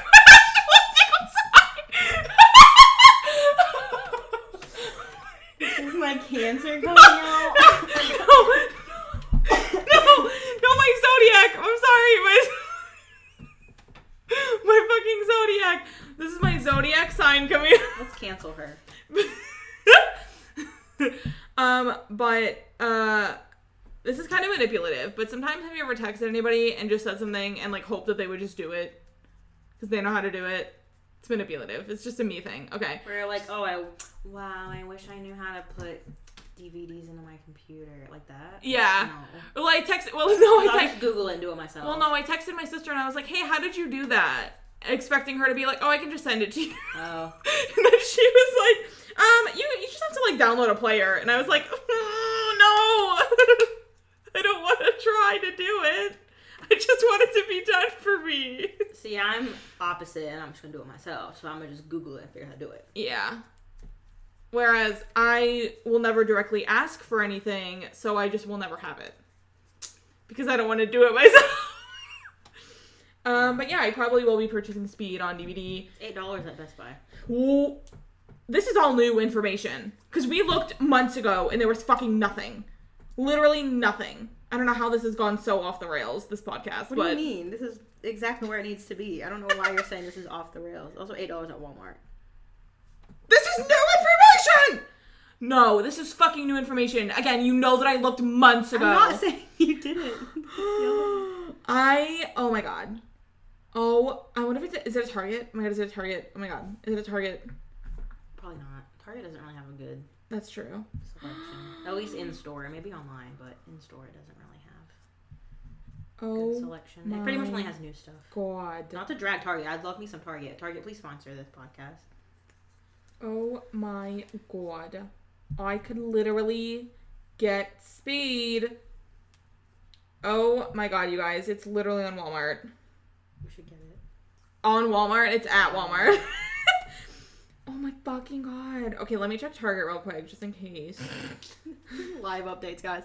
[SPEAKER 1] astrological sign.
[SPEAKER 3] Is my cancer coming out?
[SPEAKER 1] No, no, no, my zodiac. I'm sorry, my my fucking zodiac. This is my zodiac sign coming. out.
[SPEAKER 3] Let's cancel her.
[SPEAKER 1] um, but uh, this is kind of manipulative. But sometimes have you ever texted anybody and just said something and like hope that they would just do it because they know how to do it? It's manipulative. It's just a me thing. Okay.
[SPEAKER 3] Where you're like, oh, I wow, I wish I knew how to put DVDs into my computer like that.
[SPEAKER 1] Yeah.
[SPEAKER 3] No.
[SPEAKER 1] Well, I texted. Well, no,
[SPEAKER 3] I'll
[SPEAKER 1] I
[SPEAKER 3] just
[SPEAKER 1] texted.
[SPEAKER 3] Google and do it myself.
[SPEAKER 1] Well, no, I texted my sister and I was like, "Hey, how did you do that?" Expecting her to be like, "Oh, I can just send it to you."
[SPEAKER 3] Oh.
[SPEAKER 1] and then she was like, um, you, you just have to like download a player. And I was like, mm, no, I don't want to try to do it. I just want it to be done for me.
[SPEAKER 3] See, I'm opposite, and I'm just gonna do it myself. So I'm gonna just Google it and figure out how to do it.
[SPEAKER 1] Yeah. Whereas I will never directly ask for anything, so I just will never have it. Because I don't want to do it myself. um, but yeah, I probably will be purchasing Speed on DVD.
[SPEAKER 3] Eight dollars at Best Buy.
[SPEAKER 1] Well, this is all new information because we looked months ago and there was fucking nothing, literally nothing. I don't know how this has gone so off the rails. This podcast,
[SPEAKER 3] What
[SPEAKER 1] but
[SPEAKER 3] do you mean? This is exactly where it needs to be. I don't know why you're saying this is off the rails. Also, eight dollars at Walmart.
[SPEAKER 1] this is new information. No, this is fucking new information. Again, you know that I looked months ago.
[SPEAKER 3] I'm not saying you didn't.
[SPEAKER 1] I oh my god. Oh, I wonder if it's a, is it a Target? Oh my god, is it a Target? Oh my god, is it a Target?
[SPEAKER 3] Probably not. Target doesn't really have a good
[SPEAKER 1] That's true.
[SPEAKER 3] selection. At least in store, maybe online, but in store it doesn't really have good
[SPEAKER 1] Oh
[SPEAKER 3] selection. It pretty much only has new stuff.
[SPEAKER 1] god.
[SPEAKER 3] Not to drag Target. I'd love me some Target. Target, please sponsor this podcast.
[SPEAKER 1] Oh my god. I could literally get speed. Oh my god, you guys. It's literally on Walmart.
[SPEAKER 3] We should get it.
[SPEAKER 1] On Walmart? It's at Walmart. oh my fucking god. Okay, let me check Target real quick just in case.
[SPEAKER 3] Live updates, guys.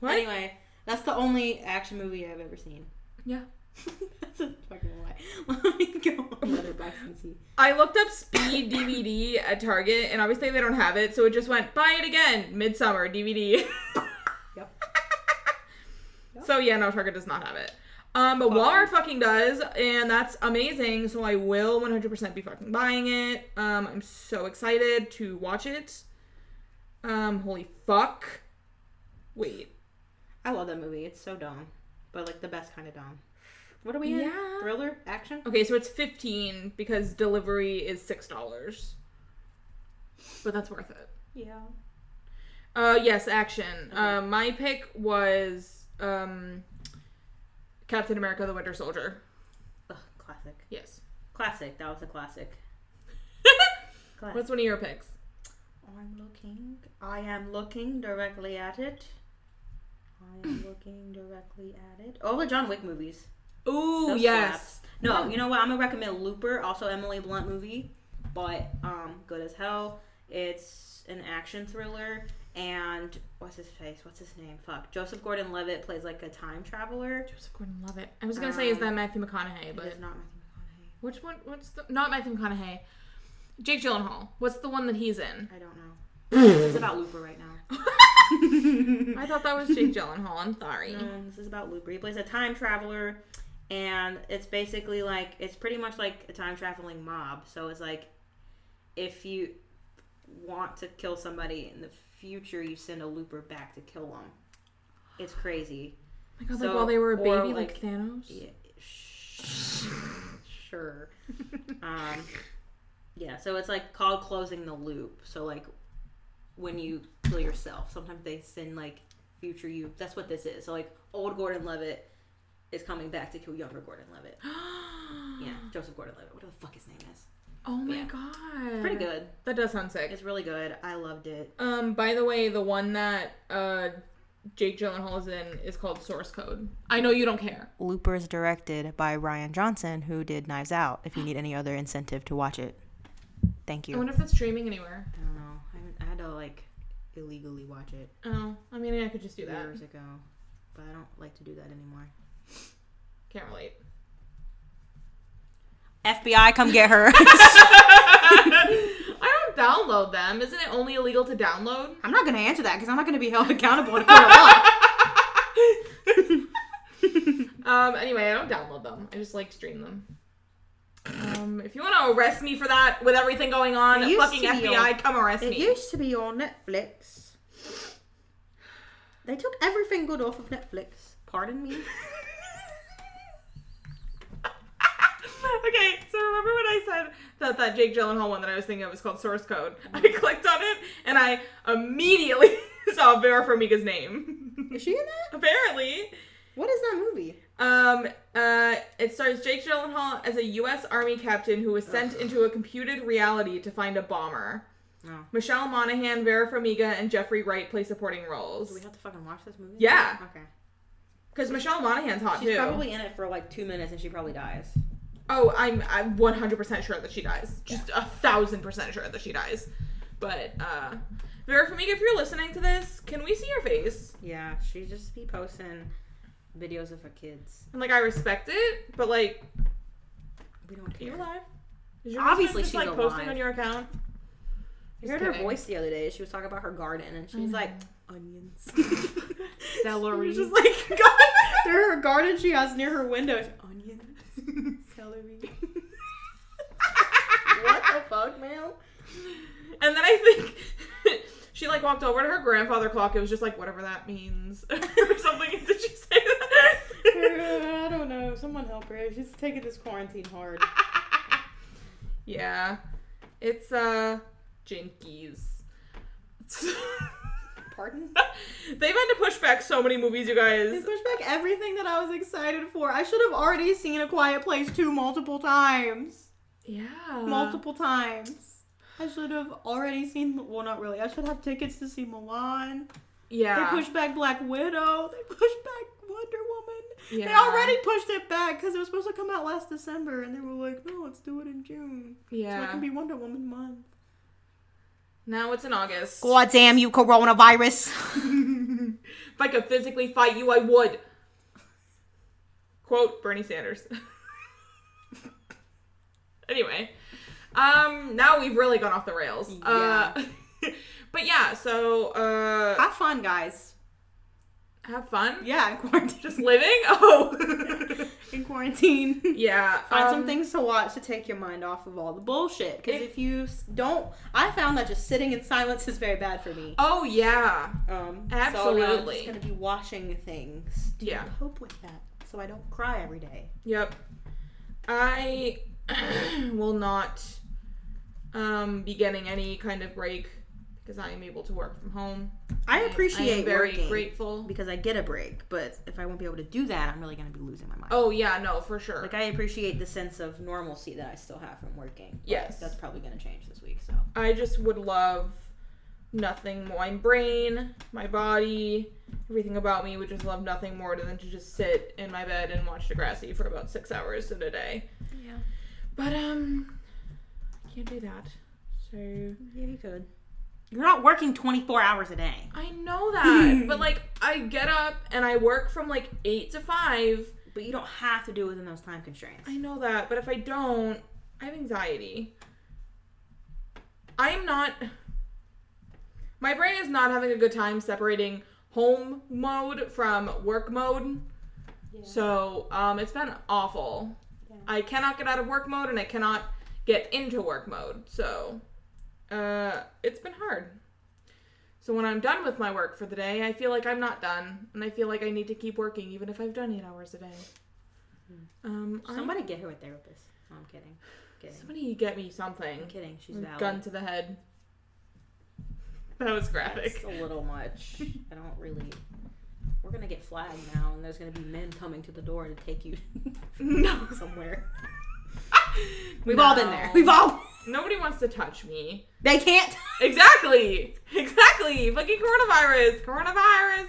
[SPEAKER 1] What?
[SPEAKER 3] Anyway, that's the only action movie I've ever seen.
[SPEAKER 1] Yeah.
[SPEAKER 3] that's a fucking lie. Let me go on Letterboxd and see.
[SPEAKER 1] I looked up Speed DVD at Target and obviously they don't have it, so it just went buy it again, midsummer DVD.
[SPEAKER 3] Yep.
[SPEAKER 1] So yeah, no, Target does not have it. Um, but Walmart fucking does, and that's amazing. So I will 100% be fucking buying it. Um, I'm so excited to watch it. Um, holy fuck! Wait,
[SPEAKER 3] I love that movie. It's so dumb, but like the best kind of dumb. What are we
[SPEAKER 1] Yeah.
[SPEAKER 3] in? Thriller? Action?
[SPEAKER 1] okay, so it's 15 because delivery is six dollars, but that's worth it.
[SPEAKER 3] Yeah.
[SPEAKER 1] Uh, yes, action. Uh, my pick was um, Captain America: The Winter Soldier.
[SPEAKER 3] Ugh, classic.
[SPEAKER 1] Yes.
[SPEAKER 3] Classic. That was a classic. Classic.
[SPEAKER 1] What's one of your picks?
[SPEAKER 3] I'm looking. I am looking directly at it. I am looking directly at it. All the John Wick movies.
[SPEAKER 1] Ooh,
[SPEAKER 3] Those
[SPEAKER 1] yes.
[SPEAKER 3] slaps. No, you know what? I'm gonna recommend Looper, also Emily Blunt movie, but um, good as hell. It's an action thriller, and what's his face? What's his name? Fuck. Joseph Gordon-Levitt plays like a time traveler.
[SPEAKER 1] Joseph Gordon-Levitt. I was gonna say is
[SPEAKER 3] Um,
[SPEAKER 1] that Matthew McConaughey,
[SPEAKER 3] But
[SPEAKER 1] but
[SPEAKER 3] it's not Matthew
[SPEAKER 1] which one? What's the not Matthew McConaughey? Jake Gyllenhaal. What's the one that he's in?
[SPEAKER 3] McConaughey. I don't know. it's about Looper right now.
[SPEAKER 1] I thought that was Jake Gyllenhaal. I'm sorry.
[SPEAKER 3] Um, this is about Looper. He plays a time traveler, and it's basically like it's pretty much like a time traveling mob. So it's like if you want to kill somebody in the future, you send a looper back to kill them. It's crazy.
[SPEAKER 1] my god,
[SPEAKER 3] So-
[SPEAKER 1] like while they were a
[SPEAKER 3] or,
[SPEAKER 1] baby, like,
[SPEAKER 3] like-
[SPEAKER 1] Thanos.
[SPEAKER 3] Yeah, sh- sure. Um, yeah, so it's like called closing the loop. So like when you kill yourself, sometimes they send like future you. That's what this is. So like old Gordon Levitt is coming back to kill younger Gordon Levitt. Yeah, Joseph Gordon Levitt. Whatever the fuck his name is.
[SPEAKER 1] Oh my
[SPEAKER 3] Yeah.
[SPEAKER 1] god.
[SPEAKER 3] Pretty good.
[SPEAKER 1] That does sound sick.
[SPEAKER 3] It's really good. I loved it.
[SPEAKER 1] Um, by the way, the one that uh Jake Gyllenhaal is in is called Source Code. I know you don't care.
[SPEAKER 3] Looper is directed by Ryan Johnson, who did Knives Out. If you need any other incentive to watch it, thank you.
[SPEAKER 1] I wonder if that's streaming anywhere.
[SPEAKER 3] I don't know. I, haven't- I had to like illegally watch it
[SPEAKER 1] Oh, I mean, I could just do that.
[SPEAKER 3] years ago, but I don't like to do that anymore.
[SPEAKER 1] Can't relate.
[SPEAKER 3] FBI, come get her.
[SPEAKER 1] I don't download them. Isn't it only illegal to download?
[SPEAKER 3] I'm not gonna answer that because I'm not gonna be held accountable to court of law.
[SPEAKER 1] Um, anyway, I don't download them. I just like stream them. Um, if you want to arrest me for that with everything going on,
[SPEAKER 3] It used
[SPEAKER 1] fucking
[SPEAKER 3] to be
[SPEAKER 1] FBI,
[SPEAKER 3] on-
[SPEAKER 1] come arrest
[SPEAKER 3] It
[SPEAKER 1] me.
[SPEAKER 3] used to be on Netflix. They took everything good off of Netflix. Pardon me.
[SPEAKER 1] okay, so remember when I said that that Jake Gyllenhaal one that I was thinking of was called Source Code? I clicked on it and I immediately saw Vera Farmiga's name.
[SPEAKER 3] Is she in that?
[SPEAKER 1] Apparently,
[SPEAKER 3] What is that movie?
[SPEAKER 1] um, uh, it stars Jake Gyllenhaal as a U.S. Army captain who was sent into a computed reality to find a bomber.
[SPEAKER 3] No.
[SPEAKER 1] Michelle Monaghan, Vera Farmiga, and Jeffrey Wright play supporting roles.
[SPEAKER 3] Do we have to fucking watch this movie?
[SPEAKER 1] Yeah.
[SPEAKER 3] Okay.
[SPEAKER 1] Because Michelle Monaghan's hot
[SPEAKER 3] She's
[SPEAKER 1] too.
[SPEAKER 3] probably in it for like two minutes and she probably dies.
[SPEAKER 1] Oh, I'm I'm 100% sure that she dies. Just a thousand percent sure that she dies. But uh Vera Farmiga, if you're listening to this, can we see your face?
[SPEAKER 3] Yeah, she just be posting videos of her kids.
[SPEAKER 1] And like I respect it, but like,
[SPEAKER 3] We don't
[SPEAKER 1] are
[SPEAKER 3] care.
[SPEAKER 1] you
[SPEAKER 3] You
[SPEAKER 1] alive? Is your
[SPEAKER 3] Obviously
[SPEAKER 1] husband just,
[SPEAKER 3] she's
[SPEAKER 1] like posting
[SPEAKER 3] alive.
[SPEAKER 1] on your account.
[SPEAKER 3] heard
[SPEAKER 1] Just
[SPEAKER 3] her
[SPEAKER 1] kidding.
[SPEAKER 3] voice the other day. She was talking about her garden and she's like onions.
[SPEAKER 1] Celery.
[SPEAKER 3] She was just like God through her garden she has near her window. It's Onions, celery. what the fuck, man?
[SPEAKER 1] And then I think she like walked over to her grandfather clock. It was just like whatever that means or something. Did she say that?
[SPEAKER 3] I don't know. Someone help her. She's taking this quarantine hard.
[SPEAKER 1] yeah, it's uh jinkies.
[SPEAKER 3] Pardon?
[SPEAKER 1] They've had to push back so many movies, you
[SPEAKER 3] They
[SPEAKER 1] guys.
[SPEAKER 3] pushed back everything that I was excited for. I should have already seen A Quiet Place 2 multiple times.
[SPEAKER 1] Yeah.
[SPEAKER 3] Uh. multiple times. I should have already seen. Well, not really. I should have tickets to see Milan.
[SPEAKER 1] Yeah.
[SPEAKER 3] They pushed back Black Widow. They pushed back Wonder Woman. They
[SPEAKER 1] Yeah.
[SPEAKER 3] already pushed it back because it was supposed to come out last December, and they were like, "No, let's do it in June, so it
[SPEAKER 1] Yeah.
[SPEAKER 3] can be Wonder Woman month."
[SPEAKER 1] now it's in August.
[SPEAKER 3] God damn you, coronavirus!
[SPEAKER 1] if I could physically fight you, I would. Quote Bernie Sanders. anyway, um, now we've really gone off the rails. Uh, but yeah, so uh,
[SPEAKER 3] Have fun, guys.
[SPEAKER 1] have fun.
[SPEAKER 3] Yeah, in quarantine.
[SPEAKER 1] Just living. Oh.
[SPEAKER 3] in quarantine.
[SPEAKER 1] yeah.
[SPEAKER 3] Find
[SPEAKER 1] um,
[SPEAKER 3] some things to watch to take your mind off of all the bullshit. Because
[SPEAKER 1] If-
[SPEAKER 3] if you s- don't, I found that just sitting in silence is very bad for me.
[SPEAKER 1] Oh yeah.
[SPEAKER 3] Um, So I'm
[SPEAKER 1] Absolutely.
[SPEAKER 3] just gonna be watching things to
[SPEAKER 1] Yeah.
[SPEAKER 3] cope with that, so I don't cry every day.
[SPEAKER 1] Yep. I will not um, be getting any kind of break because I am able to work from home.
[SPEAKER 3] I
[SPEAKER 1] am-
[SPEAKER 3] appreciate
[SPEAKER 1] am very
[SPEAKER 3] working
[SPEAKER 1] grateful.
[SPEAKER 3] because I get a break, but if I won't be able to do that, I'm really gonna be losing my mind.
[SPEAKER 1] Oh yeah, no, for sure.
[SPEAKER 3] Like I appreciate the sense of normalcy that I still have from working. but
[SPEAKER 1] Yes.
[SPEAKER 3] that's probably gonna change this week. So
[SPEAKER 1] I just would love nothing more. My brain, my body, everything about me would just love nothing more than to just sit in my bed and watch Degrassi for about six hours in a day.
[SPEAKER 3] yeah,
[SPEAKER 1] But um, I can't do that. So
[SPEAKER 3] yeah, you could. You're not working 24 hours a day.
[SPEAKER 1] I know that, but like I get up and I work from like eight to five.
[SPEAKER 3] But you don't have to do it within those time constraints.
[SPEAKER 1] I know that, but if I don't, I have anxiety. I'm not. My brain is not having a good time separating home mode from work mode. So um, it's been awful.
[SPEAKER 3] Yeah.
[SPEAKER 1] I cannot get out of work mode and I cannot get into work mode. So Uh, it's been hard. So when I'm done with my work for the day, I feel like I'm not done, and I feel like I need to keep working even if I've done eight hours a day. Um, I-
[SPEAKER 3] Hmm. Somebody get her a therapist. No, I'm kidding. Kidding.
[SPEAKER 1] somebody get me
[SPEAKER 3] I'm
[SPEAKER 1] something.
[SPEAKER 3] kidding. She's valid.
[SPEAKER 1] Gun to the head. That was graphic.
[SPEAKER 3] That's a little much. I don't really. We're gonna get flagged now, and there's gonna be men coming to the door to take you
[SPEAKER 1] No.
[SPEAKER 3] somewhere. We've all been there.
[SPEAKER 1] No.
[SPEAKER 3] We've all.
[SPEAKER 1] Nobody wants to touch me.
[SPEAKER 3] They can't.
[SPEAKER 1] Exactly. Exactly. Fucking coronavirus. Coronavirus.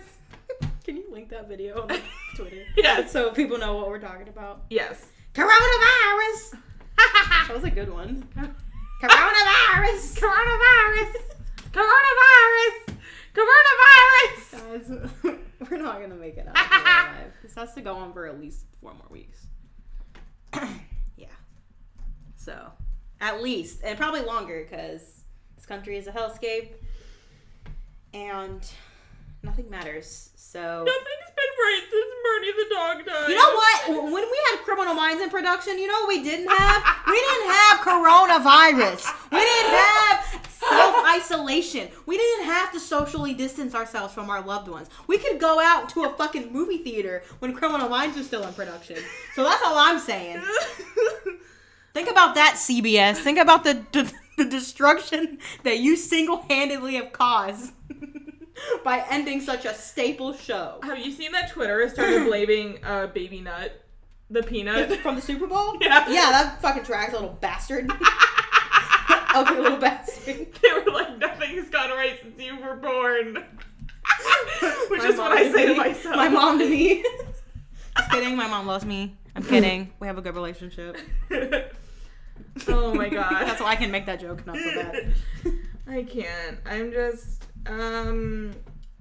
[SPEAKER 3] Can you link that video on Twitter?
[SPEAKER 1] Yes.
[SPEAKER 3] so people know what we're talking about.
[SPEAKER 1] Yes.
[SPEAKER 3] Coronavirus. That was a good one. Coronavirus.
[SPEAKER 1] Coronavirus. Coronavirus. Coronavirus.
[SPEAKER 3] Guys, we're not gonna make it out of here alive. This has to go on for at least four more weeks. yeah. So, at least, and probably longer, because this country is a hellscape, and nothing matters. So.
[SPEAKER 1] Nothing's been right since Bernie the dog died.
[SPEAKER 3] You know what? W- When we had Criminal Minds in production, you know what we didn't have? We didn't have coronavirus. We didn't have self isolation. We didn't have to socially distance ourselves from our loved ones. We could go out to a fucking movie theater when Criminal Minds was still in production. So that's all I'm saying. Think about that, CBS. Think about the, the, the destruction that you single handedly have caused by ending such a staple show.
[SPEAKER 1] Have you seen that Twitter started blaming uh, Baby Nut, the peanut?
[SPEAKER 3] From the Super Bowl?
[SPEAKER 1] Yeah.
[SPEAKER 3] Yeah, that fucking tracks, little bastard. Ugly little bastard.
[SPEAKER 1] They were like, nothing's gone right since you were born. Which
[SPEAKER 3] My
[SPEAKER 1] is
[SPEAKER 3] mom
[SPEAKER 1] what I say to
[SPEAKER 3] me.
[SPEAKER 1] myself.
[SPEAKER 3] My mom to me. Just kidding, my mom loves me. I'm kidding. We have a good relationship.
[SPEAKER 1] oh my god.
[SPEAKER 3] That's why I can make that joke, not so bad.
[SPEAKER 1] I can't. I'm just um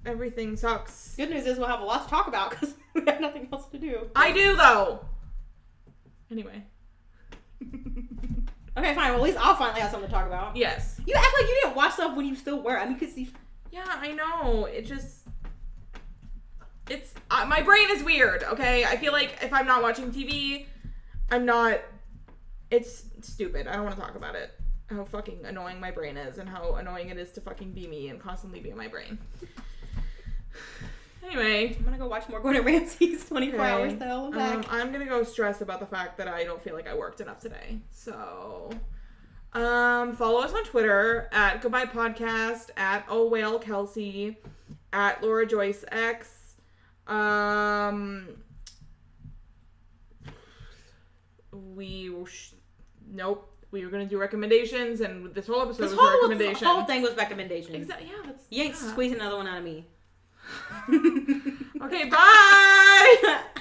[SPEAKER 1] everything sucks.
[SPEAKER 3] Good news is we'll have a lot to talk about because we have nothing else to do.
[SPEAKER 1] I do though. Anyway.
[SPEAKER 3] Okay, fine. Well, at least I'll finally have something to talk about.
[SPEAKER 1] Yes.
[SPEAKER 3] You act like you didn't watch stuff when you still were. I mean, because you.
[SPEAKER 1] Yeah, I know. It just it's uh, my brain is weird, okay? I feel like if I'm not watching TV, I'm not it's stupid. I don't want to talk about it. How fucking annoying my brain is and how annoying it is to fucking be me and constantly be in my brain. Anyway,
[SPEAKER 3] I'm gonna go watch more Gordon Ramsay's 24
[SPEAKER 1] Okay.
[SPEAKER 3] Hours to Hell and Back.
[SPEAKER 1] Um, I'm gonna go stress about the fact that I don't feel like I worked enough today. So, um, follow us on Twitter at Goodbye Podcast at Oh Whale Kelsey at Laura Joyce X. Um, we sh- nope. We were gonna do recommendations, and this whole episode
[SPEAKER 3] this
[SPEAKER 1] was
[SPEAKER 3] whole,
[SPEAKER 1] a recommendation.
[SPEAKER 3] whole thing was recommendations.
[SPEAKER 1] Exa- yeah, that's,
[SPEAKER 3] You ain't
[SPEAKER 1] yeah.
[SPEAKER 3] squeezing another one out of me.
[SPEAKER 1] Okay, bye.